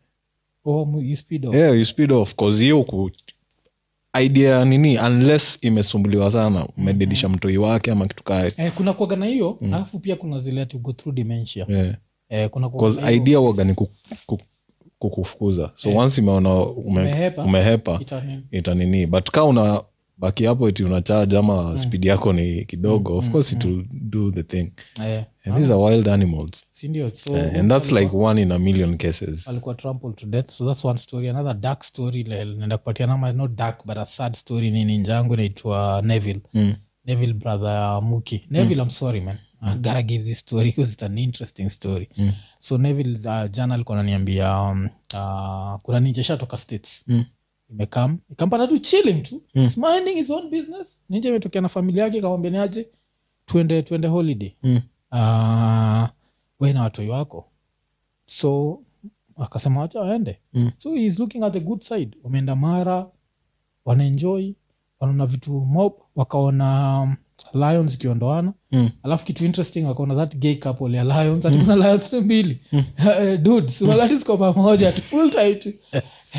S1: oh, mu- you speed up
S2: yeah, you speed off cause hiyo ku idea nini unless imesumbuliwa sana umedidisha
S1: Mm-hmm.
S2: mtoi wake ama kitu kae
S1: eh, kuna kuaga na hiyo
S2: Mm.
S1: alafu pia kuna zile to go through dementia
S2: yeah.
S1: eh, kuna kuwaga na
S2: Mm. cause
S1: hiyo,
S2: idea waga ni ku- ku- kukufukuza so
S1: Yeah.
S2: once imeona ume,
S1: Umehepa.
S2: umehepa
S1: itanini.
S2: itanini but ka una baki hapo iti unacharge ama
S1: Mm.
S2: speed yako ni kidogo of course it will do the thing
S1: eh,
S2: and these are wild animals
S1: si ndio so
S2: Eh, and that's like one in a million cases
S1: alikuwa trampled to death so that's one story another dark story le- naenda kupatia nama not dark but a sad story ni ninja yangu inaitwa neville
S2: Mm.
S1: neville brother ya muki neville i'm sorry man i gotta give this story because it's an interesting story
S2: Mm.
S1: so neville uh, jana alikuwa ananiambia um, uh, kuna ninja ishatoka states
S2: Mm.
S1: imekam ikampata tu chilling tu
S2: Mm.
S1: It's minding his own business ninja imetokea na familia yake ikamwambia ni aje twende twende holiday
S2: Mm.
S1: uh, we na watoi wako so akasema wacha waende
S2: Mm.
S1: so he is looking at the good side wameenda mara wanaenjoy wanaona vitu mob wakaona um, lions ikiondoana
S2: Mm.
S1: alafu kitu interesting wakaona that gay couple ya lions ati kuna lions ni mbili Eh, dudes wakati ziko pamoja tu full tight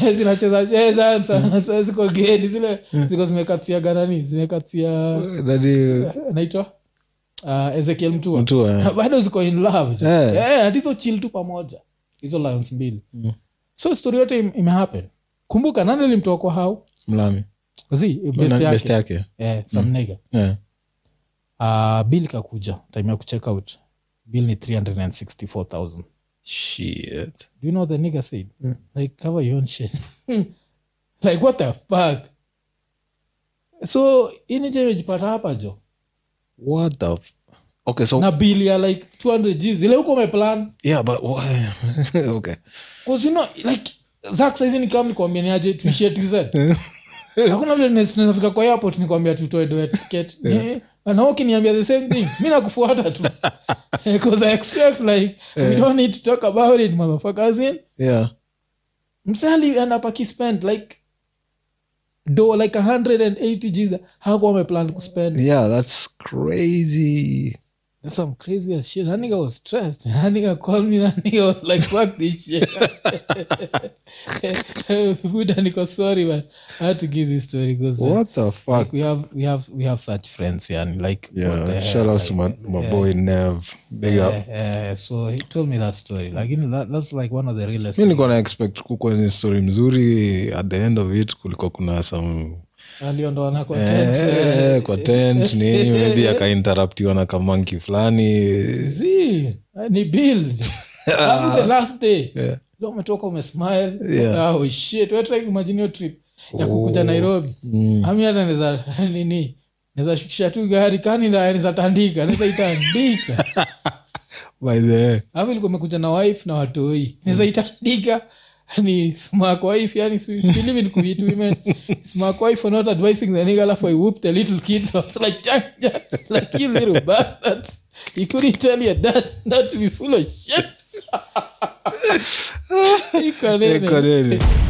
S1: Eh, zinacheza cheza sa- sa- ziko geni zile ziko zimekatia ganani zimekatia naitwa uh, ezekiel Hmm. mtua Ah,
S2: mtu eh,
S1: bado ziko in love tu.
S2: Eh.
S1: Eh, Hmm. ati hizo chill tu pamoja hizo lions mbili so story yote im- imehappen kumbuka nani limtoa kwa hau
S2: mlami
S1: zi best
S2: Na-
S1: yake
S2: yake
S1: eh, some nigga.
S2: Eh,
S1: Ah, bill kakuja time ya kucheck out bill ni 364000
S2: shit
S1: do you know what the nigga said like cover your own shit [LAUGHS] like what the fuck so inije imejipata hapa jo
S2: what the f- okay so
S1: na bill ya like 200 g zile huko umeplan
S2: yeah but wh- [LAUGHS] okay
S1: Cause you know, like Zack saizi nikam nikwambia niaje tuishie TZ. Hakuna vile tunaweza- tunafika kwa airport nikwambia tutoe doe ticket. Eh, Na wewe ukiniambia the same thing, mimi nakufuata tu. Because I expect like we don't need to talk about it motherfuckers in.
S2: yeah
S1: Msali and up akispend like do like 180 G's hakuwa ameplan kuspend.
S2: yeah that's crazy
S1: That's some crazy as shit. That nigga was stressed. [LAUGHS] That nigga called me. That nigga was like, fuck this shit. [LAUGHS] Buddha niko sorry, but I had to give this story because uh,
S2: what the fuck
S1: like, we have we have we have such friends here and like what
S2: yeah
S1: the
S2: shout
S1: hell,
S2: outs to my, my boy nev big
S1: like,
S2: up
S1: uh, uh, so he told me that story. Like you know, that, that's like one of the realest.
S2: mi nilikuwa na expect kukuwa ni story mzuri at the end of it kulikuwa kuna some
S1: Aliondoana kwa tent, [LAUGHS]
S2: eh,
S1: eh,
S2: eh, kwa tent nini maybe akainterruptiwa na kamanki fulani
S1: zii, eh, ni bill.
S2: [LAUGHS]
S1: That was the last day.
S2: yeah.
S1: Leo umetoka umesmile.
S2: Yeah. Oh.
S1: Oh shit. Wewe try imagine your trip ya kukuja Nairobi.
S2: mm.
S1: ami hata naeza [LAUGHS] nini naeza shukisha tu gari kani naeza tandika naeza itandika
S2: by the
S1: alafu ilikuwa imekuja na wife na watoi naeza itandika ni smack wife yani si- si believe in kuit women smack wife for not advising the nigga alafu i whoop the little kids I was like "Jack, Jack, like you little bastards you couldn't tell your dad [LAUGHS] not to be full of shit Iko nene.
S2: Iko nene.